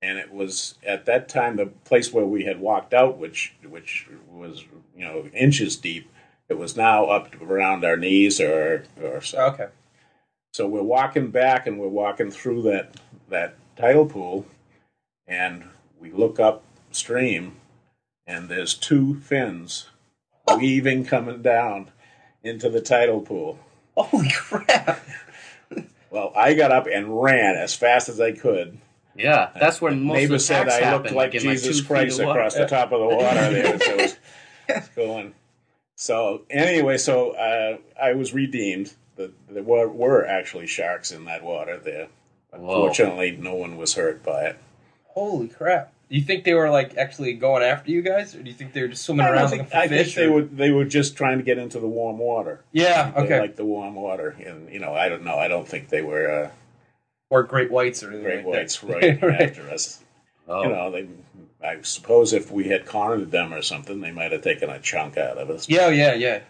[SPEAKER 6] and it was at that time the place where we had walked out, which which was you know inches deep. It was now up to around our knees, or or so.
[SPEAKER 1] Okay.
[SPEAKER 6] So we're walking back, and we're walking through that that tidal pool, and we look upstream, and there's two fins weaving coming down into the tidal pool.
[SPEAKER 1] Holy crap.
[SPEAKER 6] Well, I got up and ran as fast as I could.
[SPEAKER 2] Yeah, that's where most
[SPEAKER 6] neighbor
[SPEAKER 2] of the
[SPEAKER 6] said
[SPEAKER 2] attacks
[SPEAKER 6] I looked
[SPEAKER 2] happened,
[SPEAKER 6] like
[SPEAKER 2] in, like
[SPEAKER 6] Jesus
[SPEAKER 2] two feet
[SPEAKER 6] Christ
[SPEAKER 2] of water.
[SPEAKER 6] across the top of the water there. So it was going. So anyway, so uh, I was redeemed. The, there were, were actually sharks in that water there.
[SPEAKER 2] Whoa.
[SPEAKER 6] Fortunately, no one was hurt by it.
[SPEAKER 1] Holy crap. Do you think they were like actually going after you guys, or do you think they were just swimming
[SPEAKER 6] I,
[SPEAKER 1] around
[SPEAKER 6] don't think,
[SPEAKER 1] looking for
[SPEAKER 6] I think
[SPEAKER 1] fish?
[SPEAKER 6] they
[SPEAKER 1] or-
[SPEAKER 6] were they were just trying to get into the warm water.
[SPEAKER 1] Yeah.
[SPEAKER 6] They
[SPEAKER 1] Okay.
[SPEAKER 6] like the warm water, and you know, I don't know. I don't think they were uh,
[SPEAKER 1] or great whites or anything
[SPEAKER 6] great
[SPEAKER 1] like
[SPEAKER 6] whites
[SPEAKER 1] that.
[SPEAKER 6] right,
[SPEAKER 1] Right.
[SPEAKER 6] after us.
[SPEAKER 2] Oh.
[SPEAKER 6] You know, they, I suppose if we had cornered them or something, they might have taken a chunk out of us.
[SPEAKER 1] Yeah. Yeah. Yeah.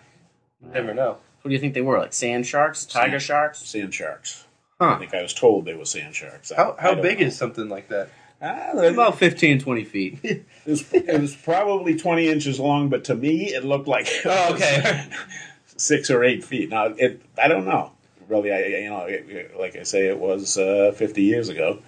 [SPEAKER 1] oh, You never know.
[SPEAKER 2] What do you think they were? Like sand sharks, tiger
[SPEAKER 6] Sand.
[SPEAKER 2] sharks?
[SPEAKER 6] Sand sharks. I
[SPEAKER 2] Huh.
[SPEAKER 6] think I was told they were sand sharks. I-
[SPEAKER 1] How
[SPEAKER 6] I
[SPEAKER 1] how
[SPEAKER 6] don't
[SPEAKER 1] big
[SPEAKER 6] know.
[SPEAKER 1] is something like that?
[SPEAKER 6] Ah, they're about-
[SPEAKER 2] About 15, 20 feet.
[SPEAKER 6] it, was, it was probably 20 inches long, but to me, it looked like
[SPEAKER 1] Oh, okay.
[SPEAKER 6] six or eight feet. Now, it, I don't know. Really, I I- you know, it- it- like I say, it was uh, 50 years ago,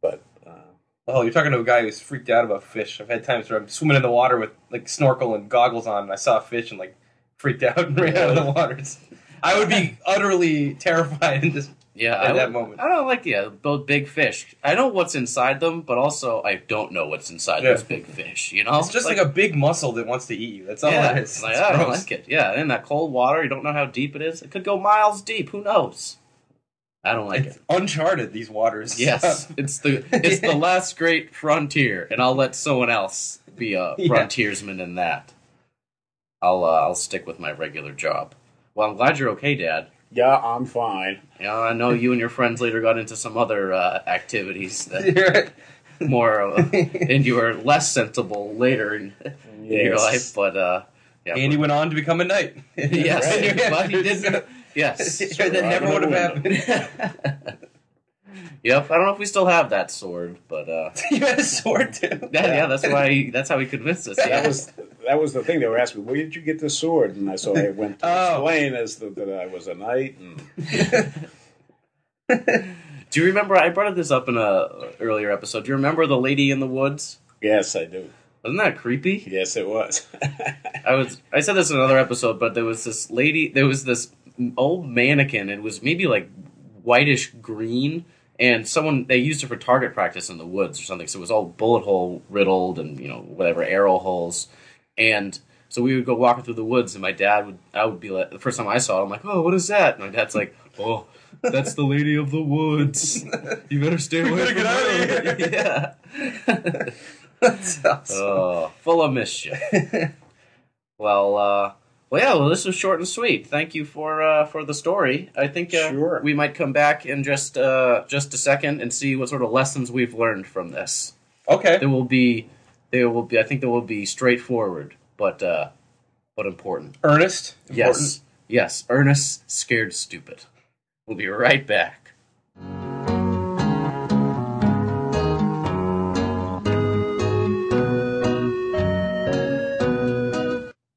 [SPEAKER 6] but uh,
[SPEAKER 1] Oh, you're talking to a guy who's freaked out about fish. I've had times where I'm swimming in the water with like snorkel and goggles on, and I saw a fish and like freaked out and ran out of the water. It's- I would be utterly terrified and just
[SPEAKER 2] Yeah,
[SPEAKER 1] At
[SPEAKER 2] I
[SPEAKER 1] that
[SPEAKER 2] would-
[SPEAKER 1] moment.
[SPEAKER 2] I don't like yeah, both big fish. I know what's inside them, but also I don't know what's inside
[SPEAKER 1] Yeah.
[SPEAKER 2] those big fish. You know,
[SPEAKER 1] it's just like, a big muscle that wants to eat you. That's all
[SPEAKER 2] yeah,
[SPEAKER 1] it is.
[SPEAKER 2] it's like,
[SPEAKER 1] It's
[SPEAKER 2] I don't
[SPEAKER 1] gross.
[SPEAKER 2] like it. Yeah, and in that cold water, you don't know how deep it is. It could go miles deep. Who knows? I don't like
[SPEAKER 1] It's uh,
[SPEAKER 2] it.
[SPEAKER 1] uncharted these waters.
[SPEAKER 2] Yes, it's the it's the last great frontier, and I'll let someone else be a
[SPEAKER 1] Yeah.
[SPEAKER 2] frontiersman in that. I'll uh, I'll stick with my regular job. Well, I'm glad you're okay, Dad.
[SPEAKER 6] yeah, I'm fine.
[SPEAKER 2] Yeah, I know you and your friends later got into some other uh, activities that
[SPEAKER 1] You're right.
[SPEAKER 2] more, uh, and you were less sensible later in, in your
[SPEAKER 6] Yes.
[SPEAKER 2] life. But uh, yeah,
[SPEAKER 1] and he went on to become a knight.
[SPEAKER 2] yes,
[SPEAKER 1] Yeah.
[SPEAKER 2] but he didn't. Yes,
[SPEAKER 1] that never would have happened.
[SPEAKER 2] Yep, I don't know if we still have that sword, but uh,
[SPEAKER 1] you had a sword too.
[SPEAKER 2] yeah, yeah, that's why that's how he convinced us. Yeah.
[SPEAKER 6] That was that was the thing they were asking. Where did you get this sword? And I so I went to
[SPEAKER 1] Oh.
[SPEAKER 6] explain as the, that I was a knight. And
[SPEAKER 2] Do you remember? I brought this up in a earlier episode. Do you remember the lady in the woods?
[SPEAKER 6] yes, I do.
[SPEAKER 2] Wasn't that creepy?
[SPEAKER 6] Yes, it was.
[SPEAKER 2] I was. I said this in another episode, but there was this lady. There was this old mannequin. It was maybe like whitish green, and someone they used it for target practice in the woods or something. So it was all bullet hole riddled and you know whatever arrow holes, and so we would go walking through the woods, and my dad would. I would be like the first time I saw it, I'm like, oh, what is that? And my dad's like, oh. That's the lady of the woods. You better stay away
[SPEAKER 1] better
[SPEAKER 2] from
[SPEAKER 1] get
[SPEAKER 2] her.
[SPEAKER 1] out of
[SPEAKER 2] Yeah.
[SPEAKER 1] That's awesome.
[SPEAKER 2] Oh, full of mischief. well, uh, well, yeah. Well, this was short and sweet. Thank you for uh, for the story. I think uh,
[SPEAKER 6] Sure.
[SPEAKER 2] we might come back in just uh, just a second and see what sort of lessons we've learned from this.
[SPEAKER 1] okay.
[SPEAKER 2] There will be, there will be. I think there will be straightforward, but uh, but important.
[SPEAKER 1] Ernest.
[SPEAKER 2] Yes, yes. Ernest, scared stupid. We'll be right back.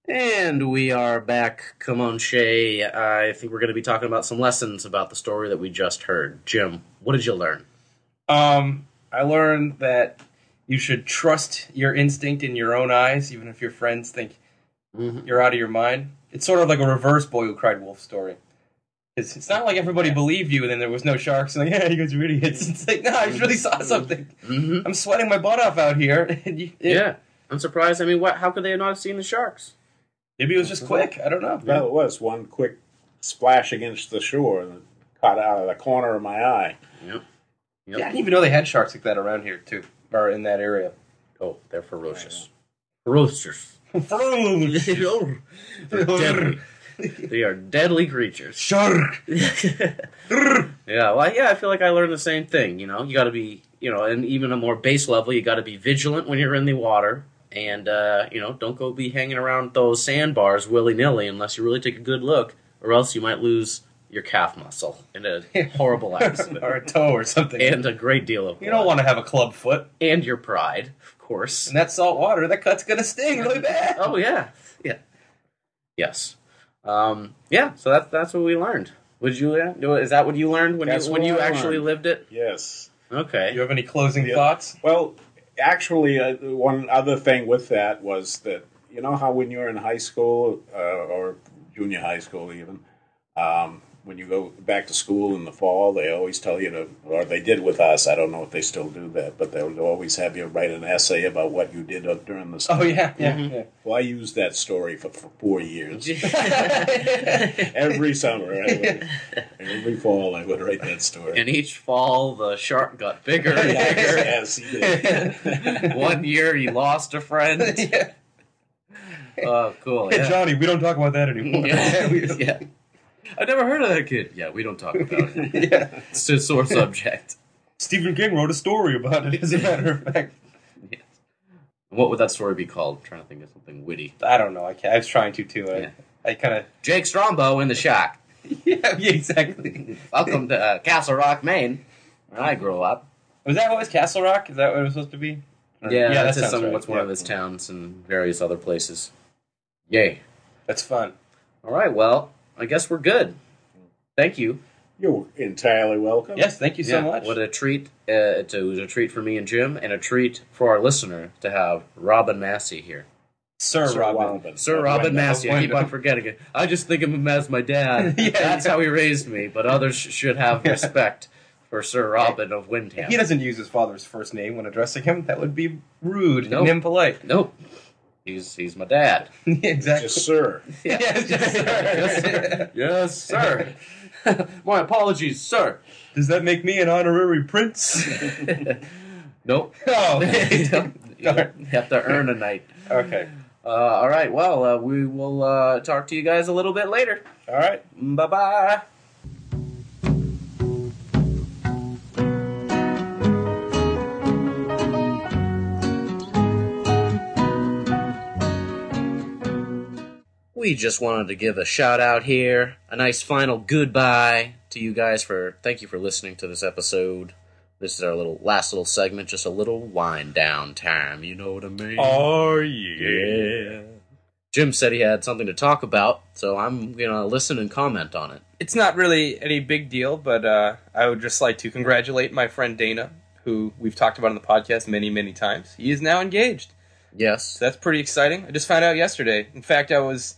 [SPEAKER 2] And we are back, Comanche. I think we're going to be talking about some lessons about the story that we just heard. Jim, what did you learn?
[SPEAKER 1] Um, I learned that you should trust your instinct in your own eyes, even if your friends think
[SPEAKER 2] Mhm.
[SPEAKER 1] you're out of your mind. It's sort of like a reverse boy who cried wolf story. It's, it's not like everybody believed you and then there was no sharks and like, yeah, you guys are idiots. It's like, no, I really saw something.
[SPEAKER 2] Mm-hmm.
[SPEAKER 1] I'm sweating my butt off out here. And you, it-
[SPEAKER 2] Yeah, I'm surprised. I mean, what? How could they have not seen the sharks?
[SPEAKER 1] Maybe it was
[SPEAKER 2] Mm-hmm.
[SPEAKER 1] just quick. I don't know.
[SPEAKER 6] well, it was one quick splash against the shore and caught out of the corner of my eye.
[SPEAKER 1] Yeah, I didn't even know they had sharks like that around here, too, or in that area.
[SPEAKER 2] Oh, they're ferocious. Ferocious. They're deadly. they are deadly creatures.
[SPEAKER 1] Shark!
[SPEAKER 2] yeah, well, yeah, I feel like I learned the same thing. You know, you got to be, you know, and even a more base level, you got to be vigilant when you're in the water, and uh, you know, don't go be hanging around those sandbars willy nilly unless you really take a good look, or else you might lose your calf muscle in a horrible accident
[SPEAKER 1] or a toe or something.
[SPEAKER 2] and a great deal of
[SPEAKER 1] you don't
[SPEAKER 2] blood.
[SPEAKER 1] want to have a club foot.
[SPEAKER 2] and your pride, of course.
[SPEAKER 1] And that salt water, that cut's gonna sting really bad.
[SPEAKER 2] Oh yeah, yeah, yes, um, yeah. So that's that's what we learned. Would you uh, is that what you learned when
[SPEAKER 6] That's
[SPEAKER 2] you when
[SPEAKER 6] what
[SPEAKER 2] you
[SPEAKER 6] I
[SPEAKER 2] actually
[SPEAKER 6] learned.
[SPEAKER 2] lived it?
[SPEAKER 6] Yes.
[SPEAKER 2] Okay.
[SPEAKER 1] You have any closing
[SPEAKER 6] Yeah.
[SPEAKER 1] thoughts?
[SPEAKER 6] Well, actually, uh, one other thing with that was that you know how when you're in high school uh, or junior high school, even um, when you go back to school in the fall, they always tell you to, or they did with us. I don't know if they still do that, but they would always have you write an essay about what you did up during the summer.
[SPEAKER 1] Oh yeah, yeah. yeah.
[SPEAKER 6] Well, I used that story for, for four years.
[SPEAKER 2] Mm-hmm.
[SPEAKER 6] Every summer, I would, every fall, I would write that story.
[SPEAKER 2] and each fall, the shark got bigger and bigger.
[SPEAKER 6] yes, you did.
[SPEAKER 2] One year, he lost a friend.
[SPEAKER 1] Yeah.
[SPEAKER 2] Oh, cool.
[SPEAKER 1] Hey,
[SPEAKER 2] Yeah.
[SPEAKER 1] Johnny, we don't talk about that anymore.
[SPEAKER 2] Yeah.
[SPEAKER 1] We-
[SPEAKER 2] yeah. I've never heard of that kid. Yeah, we don't talk about it.
[SPEAKER 1] yeah.
[SPEAKER 2] It's a sore subject.
[SPEAKER 1] Stephen King wrote a story about it. As a matter of fact,
[SPEAKER 2] What would that story be called? I'm trying to think of something witty.
[SPEAKER 1] I don't know. I, can't, I was trying to too. I,
[SPEAKER 2] Yeah.
[SPEAKER 1] I kind of
[SPEAKER 2] Jake Strombo in the shock.
[SPEAKER 1] yeah, yeah, exactly.
[SPEAKER 2] Welcome to uh, Castle Rock, Maine, where I grew up.
[SPEAKER 1] Was that what was Castle Rock? Is that what it was supposed to be? Or-
[SPEAKER 2] Yeah, that's
[SPEAKER 1] that sounds
[SPEAKER 2] just some,
[SPEAKER 1] right.
[SPEAKER 2] what's one
[SPEAKER 1] Yeah.
[SPEAKER 2] of his towns and various other places. Yay.
[SPEAKER 1] That's fun.
[SPEAKER 2] All right, well, I guess we're good. Thank you.
[SPEAKER 6] You're entirely welcome.
[SPEAKER 1] Yes, thank you so
[SPEAKER 2] Yeah,
[SPEAKER 1] much.
[SPEAKER 2] What a treat. Uh, it was a treat for me and Jim, and a treat for our listener to have Robin Massey here.
[SPEAKER 1] Sir,
[SPEAKER 6] Sir
[SPEAKER 1] Robin.
[SPEAKER 6] Robin.
[SPEAKER 2] Sir Robin
[SPEAKER 1] Wendell,
[SPEAKER 2] Massey. I keep
[SPEAKER 1] Wendell.
[SPEAKER 2] on forgetting it. I just think of him as my dad.
[SPEAKER 1] Yeah,
[SPEAKER 2] That's
[SPEAKER 1] yeah.
[SPEAKER 2] how he raised me, but others sh- should have respect for Sir Robin of Windham.
[SPEAKER 1] He doesn't use his father's first name when addressing him. That would be rude
[SPEAKER 2] Nope.
[SPEAKER 1] and impolite.
[SPEAKER 2] Nope. He's, he's my dad.
[SPEAKER 1] Yeah, exactly.
[SPEAKER 6] Just sir.
[SPEAKER 1] Yeah, it's just-
[SPEAKER 2] Yes, sir. My apologies, sir.
[SPEAKER 1] Does that make me an honorary prince? Oh.
[SPEAKER 2] Nope.
[SPEAKER 1] no.
[SPEAKER 2] you don't have to earn a night.
[SPEAKER 1] okay.
[SPEAKER 2] Uh, all right. Well, uh, we will uh, talk to you guys a little bit later.
[SPEAKER 1] All right.
[SPEAKER 2] Bye bye. We just wanted to give a shout out here, a nice final goodbye to you guys for thank you for listening to this episode. This is our little last little segment, just a little wind down time. You know what I mean?
[SPEAKER 1] Oh yeah.
[SPEAKER 2] Jim said he had something to talk about, so I'm gonna listen and comment on it.
[SPEAKER 1] It's not really any big deal, but uh, I would just like to congratulate my friend Dana, who we've talked about on the podcast many, many times. He is now engaged.
[SPEAKER 2] Yes.
[SPEAKER 1] So that's pretty exciting. I just found out yesterday. In fact, I was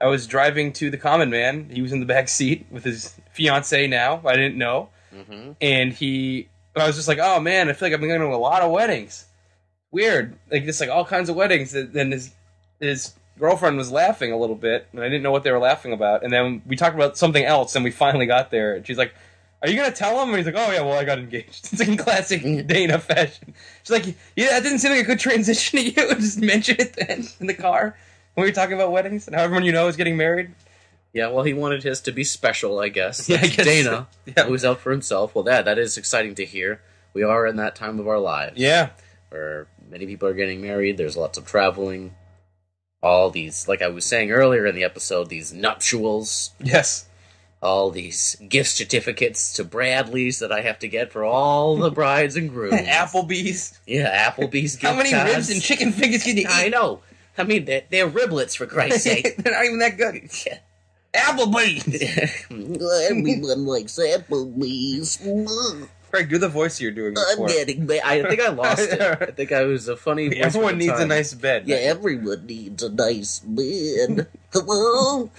[SPEAKER 1] I was driving to the Common Man. He was in the back seat with his fiance now. I didn't know.
[SPEAKER 2] Mm-hmm.
[SPEAKER 1] and he I was just like, oh man, I feel like I've been going to a lot of weddings. Weird, like just like all kinds of weddings. And Then his his girlfriend was laughing a little bit, and I didn't know what they were laughing about. And then we talked about something else, and we finally got there. And she's like, "Are you gonna tell him?" And he's like, "Oh yeah, well I got engaged." It's like in classic Dana fashion. She's like, "Yeah, that didn't seem like a good transition to you. Just mention it then in the car when we were talking about weddings and how everyone you know is getting married."
[SPEAKER 2] Yeah. Well, he wanted his to be special, I guess.
[SPEAKER 1] Yeah, I
[SPEAKER 2] That's
[SPEAKER 1] guess
[SPEAKER 2] Dana,
[SPEAKER 1] so. Yeah.
[SPEAKER 2] who's out for himself. Well, that that is exciting to hear. We are in that time of our lives.
[SPEAKER 1] Yeah,
[SPEAKER 2] Where many people are getting married. There's lots of traveling. All these, like I was saying earlier in the episode, these nuptials,
[SPEAKER 1] yes,
[SPEAKER 2] all these gift certificates to Bradleys that I have to get for all the brides and grooms.
[SPEAKER 1] Applebee's.
[SPEAKER 2] yeah, Applebee's.
[SPEAKER 1] How
[SPEAKER 2] gift
[SPEAKER 1] many ribs
[SPEAKER 2] cards.
[SPEAKER 1] and chicken fingers can you eat?
[SPEAKER 2] I know. I mean, they're, they're riblets for Christ's sake.
[SPEAKER 1] They're not even that good.
[SPEAKER 2] Yeah.
[SPEAKER 1] Applebee's.
[SPEAKER 2] Everyone likes Applebee's.
[SPEAKER 1] Craig, do the voice you're
[SPEAKER 7] Uh,
[SPEAKER 1] doing.
[SPEAKER 2] I'm
[SPEAKER 1] before.
[SPEAKER 2] getting. ba- I think I lost it. I think I was a funny. voice at
[SPEAKER 1] Everyone
[SPEAKER 2] the
[SPEAKER 1] needs a
[SPEAKER 2] time.
[SPEAKER 1] nice bed.
[SPEAKER 7] Yeah, everyone needs a nice Oh, bed. Hello?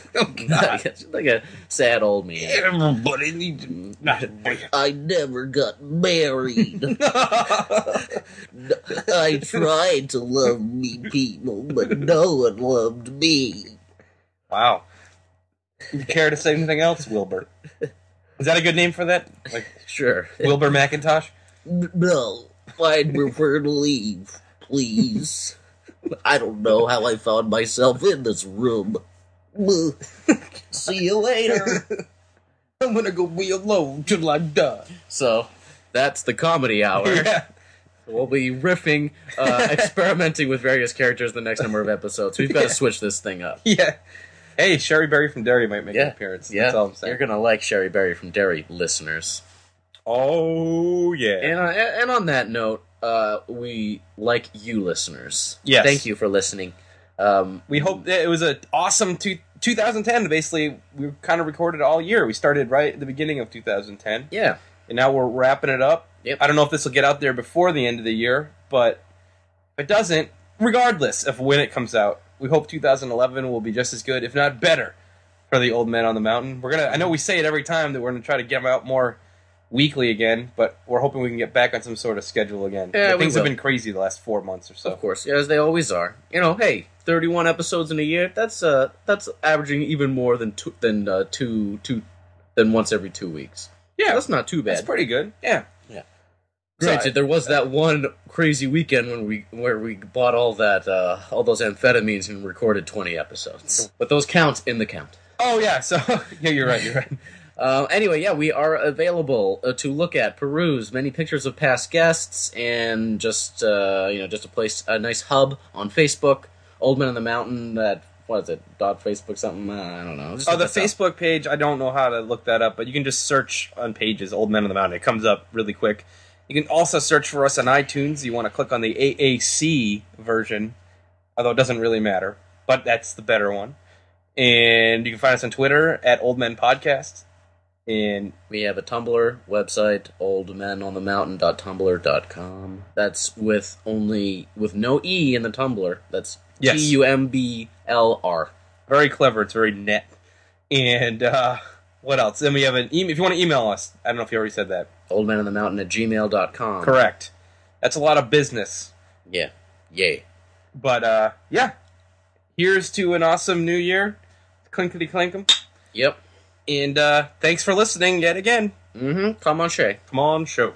[SPEAKER 2] like a sad old man.
[SPEAKER 1] Everybody needs a nice bed.
[SPEAKER 7] Mm. I never got married. I tried to love me people, but no one loved me.
[SPEAKER 1] wow. You care to say anything else, Wilbur? Is that a good name for that? Like
[SPEAKER 2] Sure.
[SPEAKER 1] Wilbur McIntosh?
[SPEAKER 7] N- No, I'd prefer to leave, please. I don't know how I found myself in this room. Ugh. See you later.
[SPEAKER 1] I'm gonna go be alone till I die.
[SPEAKER 2] So that's the comedy hour.
[SPEAKER 1] Yeah.
[SPEAKER 2] We'll be riffing, uh, experimenting with various characters the next number of episodes. We've got to switch this thing up.
[SPEAKER 1] yeah. Hey, Sherry Berry from Derry might make
[SPEAKER 2] Yeah.
[SPEAKER 1] an appearance.
[SPEAKER 2] Yeah,
[SPEAKER 1] That's all I'm
[SPEAKER 2] you're
[SPEAKER 1] saying.
[SPEAKER 2] gonna like Sherry Berry from Derry, listeners.
[SPEAKER 1] Oh yeah.
[SPEAKER 2] And, uh, and on that note, uh, we like you, listeners.
[SPEAKER 1] Yes.
[SPEAKER 2] Thank you for listening. Um,
[SPEAKER 1] we hope that it was an awesome two, 2010. Basically, we kind of recorded all year. We started right at the beginning of 2010,
[SPEAKER 2] yeah.
[SPEAKER 1] and now we're wrapping it up.
[SPEAKER 2] Yep.
[SPEAKER 1] I don't know if this will get out there before the end of the year, but if it doesn't, regardless of when it comes out, we hope 2011 will be just as good, if not better, for the old men on the mountain. We're gonna. I know we say it every time that we're gonna try to get 'em out more weekly again, but we're hoping we can get back on some sort of schedule again.
[SPEAKER 2] Yeah,
[SPEAKER 1] But
[SPEAKER 2] we
[SPEAKER 1] things
[SPEAKER 2] will.
[SPEAKER 1] have been crazy the last four months or so.
[SPEAKER 2] Of course, as they always are. You know, hey, 31 episodes in a year. That's uh, that's averaging even more than two, than uh, two two than once every two weeks.
[SPEAKER 1] Yeah,
[SPEAKER 2] that's not too bad.
[SPEAKER 1] That's pretty good. Yeah.
[SPEAKER 2] Granted, there was that one crazy weekend when we where we bought all that uh, all those amphetamines and recorded 20 episodes. But those count in the count.
[SPEAKER 1] Oh yeah. So yeah, you're right. You're right.
[SPEAKER 2] Uh, anyway, yeah, we are available uh, to look at, peruse many pictures of past guests, and just uh, you know, just a place, a nice hub on Facebook, Old Men on the Mountain, that what is it? Dot Facebook something? Uh, I don't know. Just
[SPEAKER 1] Oh, the
[SPEAKER 2] look this up.
[SPEAKER 1] Facebook page. I don't know how to look that up, but you can just search on pages "Old Men on the Mountain." It comes up really quick. You can also search for us on iTunes. You want to click on the AAC version, although it doesn't really matter, but that's the better one. And you can find us on Twitter at Old Men Podcast. And
[SPEAKER 2] We have a Tumblr website, oldmenonthemountain.tumblr.com. That's with only with no e in the Tumblr. That's
[SPEAKER 1] Yes.
[SPEAKER 2] T U M B L R.
[SPEAKER 1] very clever. It's very net. And uh, what else? Then we have an email. If you want to email us, I don't know if you already said that.
[SPEAKER 2] Oldmenonthemountain at gmail.com.
[SPEAKER 1] Correct. That's a lot of business.
[SPEAKER 2] Yeah. Yay.
[SPEAKER 1] But uh, yeah, here's to an awesome new year, clinkety clankum,
[SPEAKER 2] Yep.
[SPEAKER 1] and uh, thanks for listening yet again.
[SPEAKER 2] Mm-hmm. Come on, Shay.
[SPEAKER 1] Come on, show.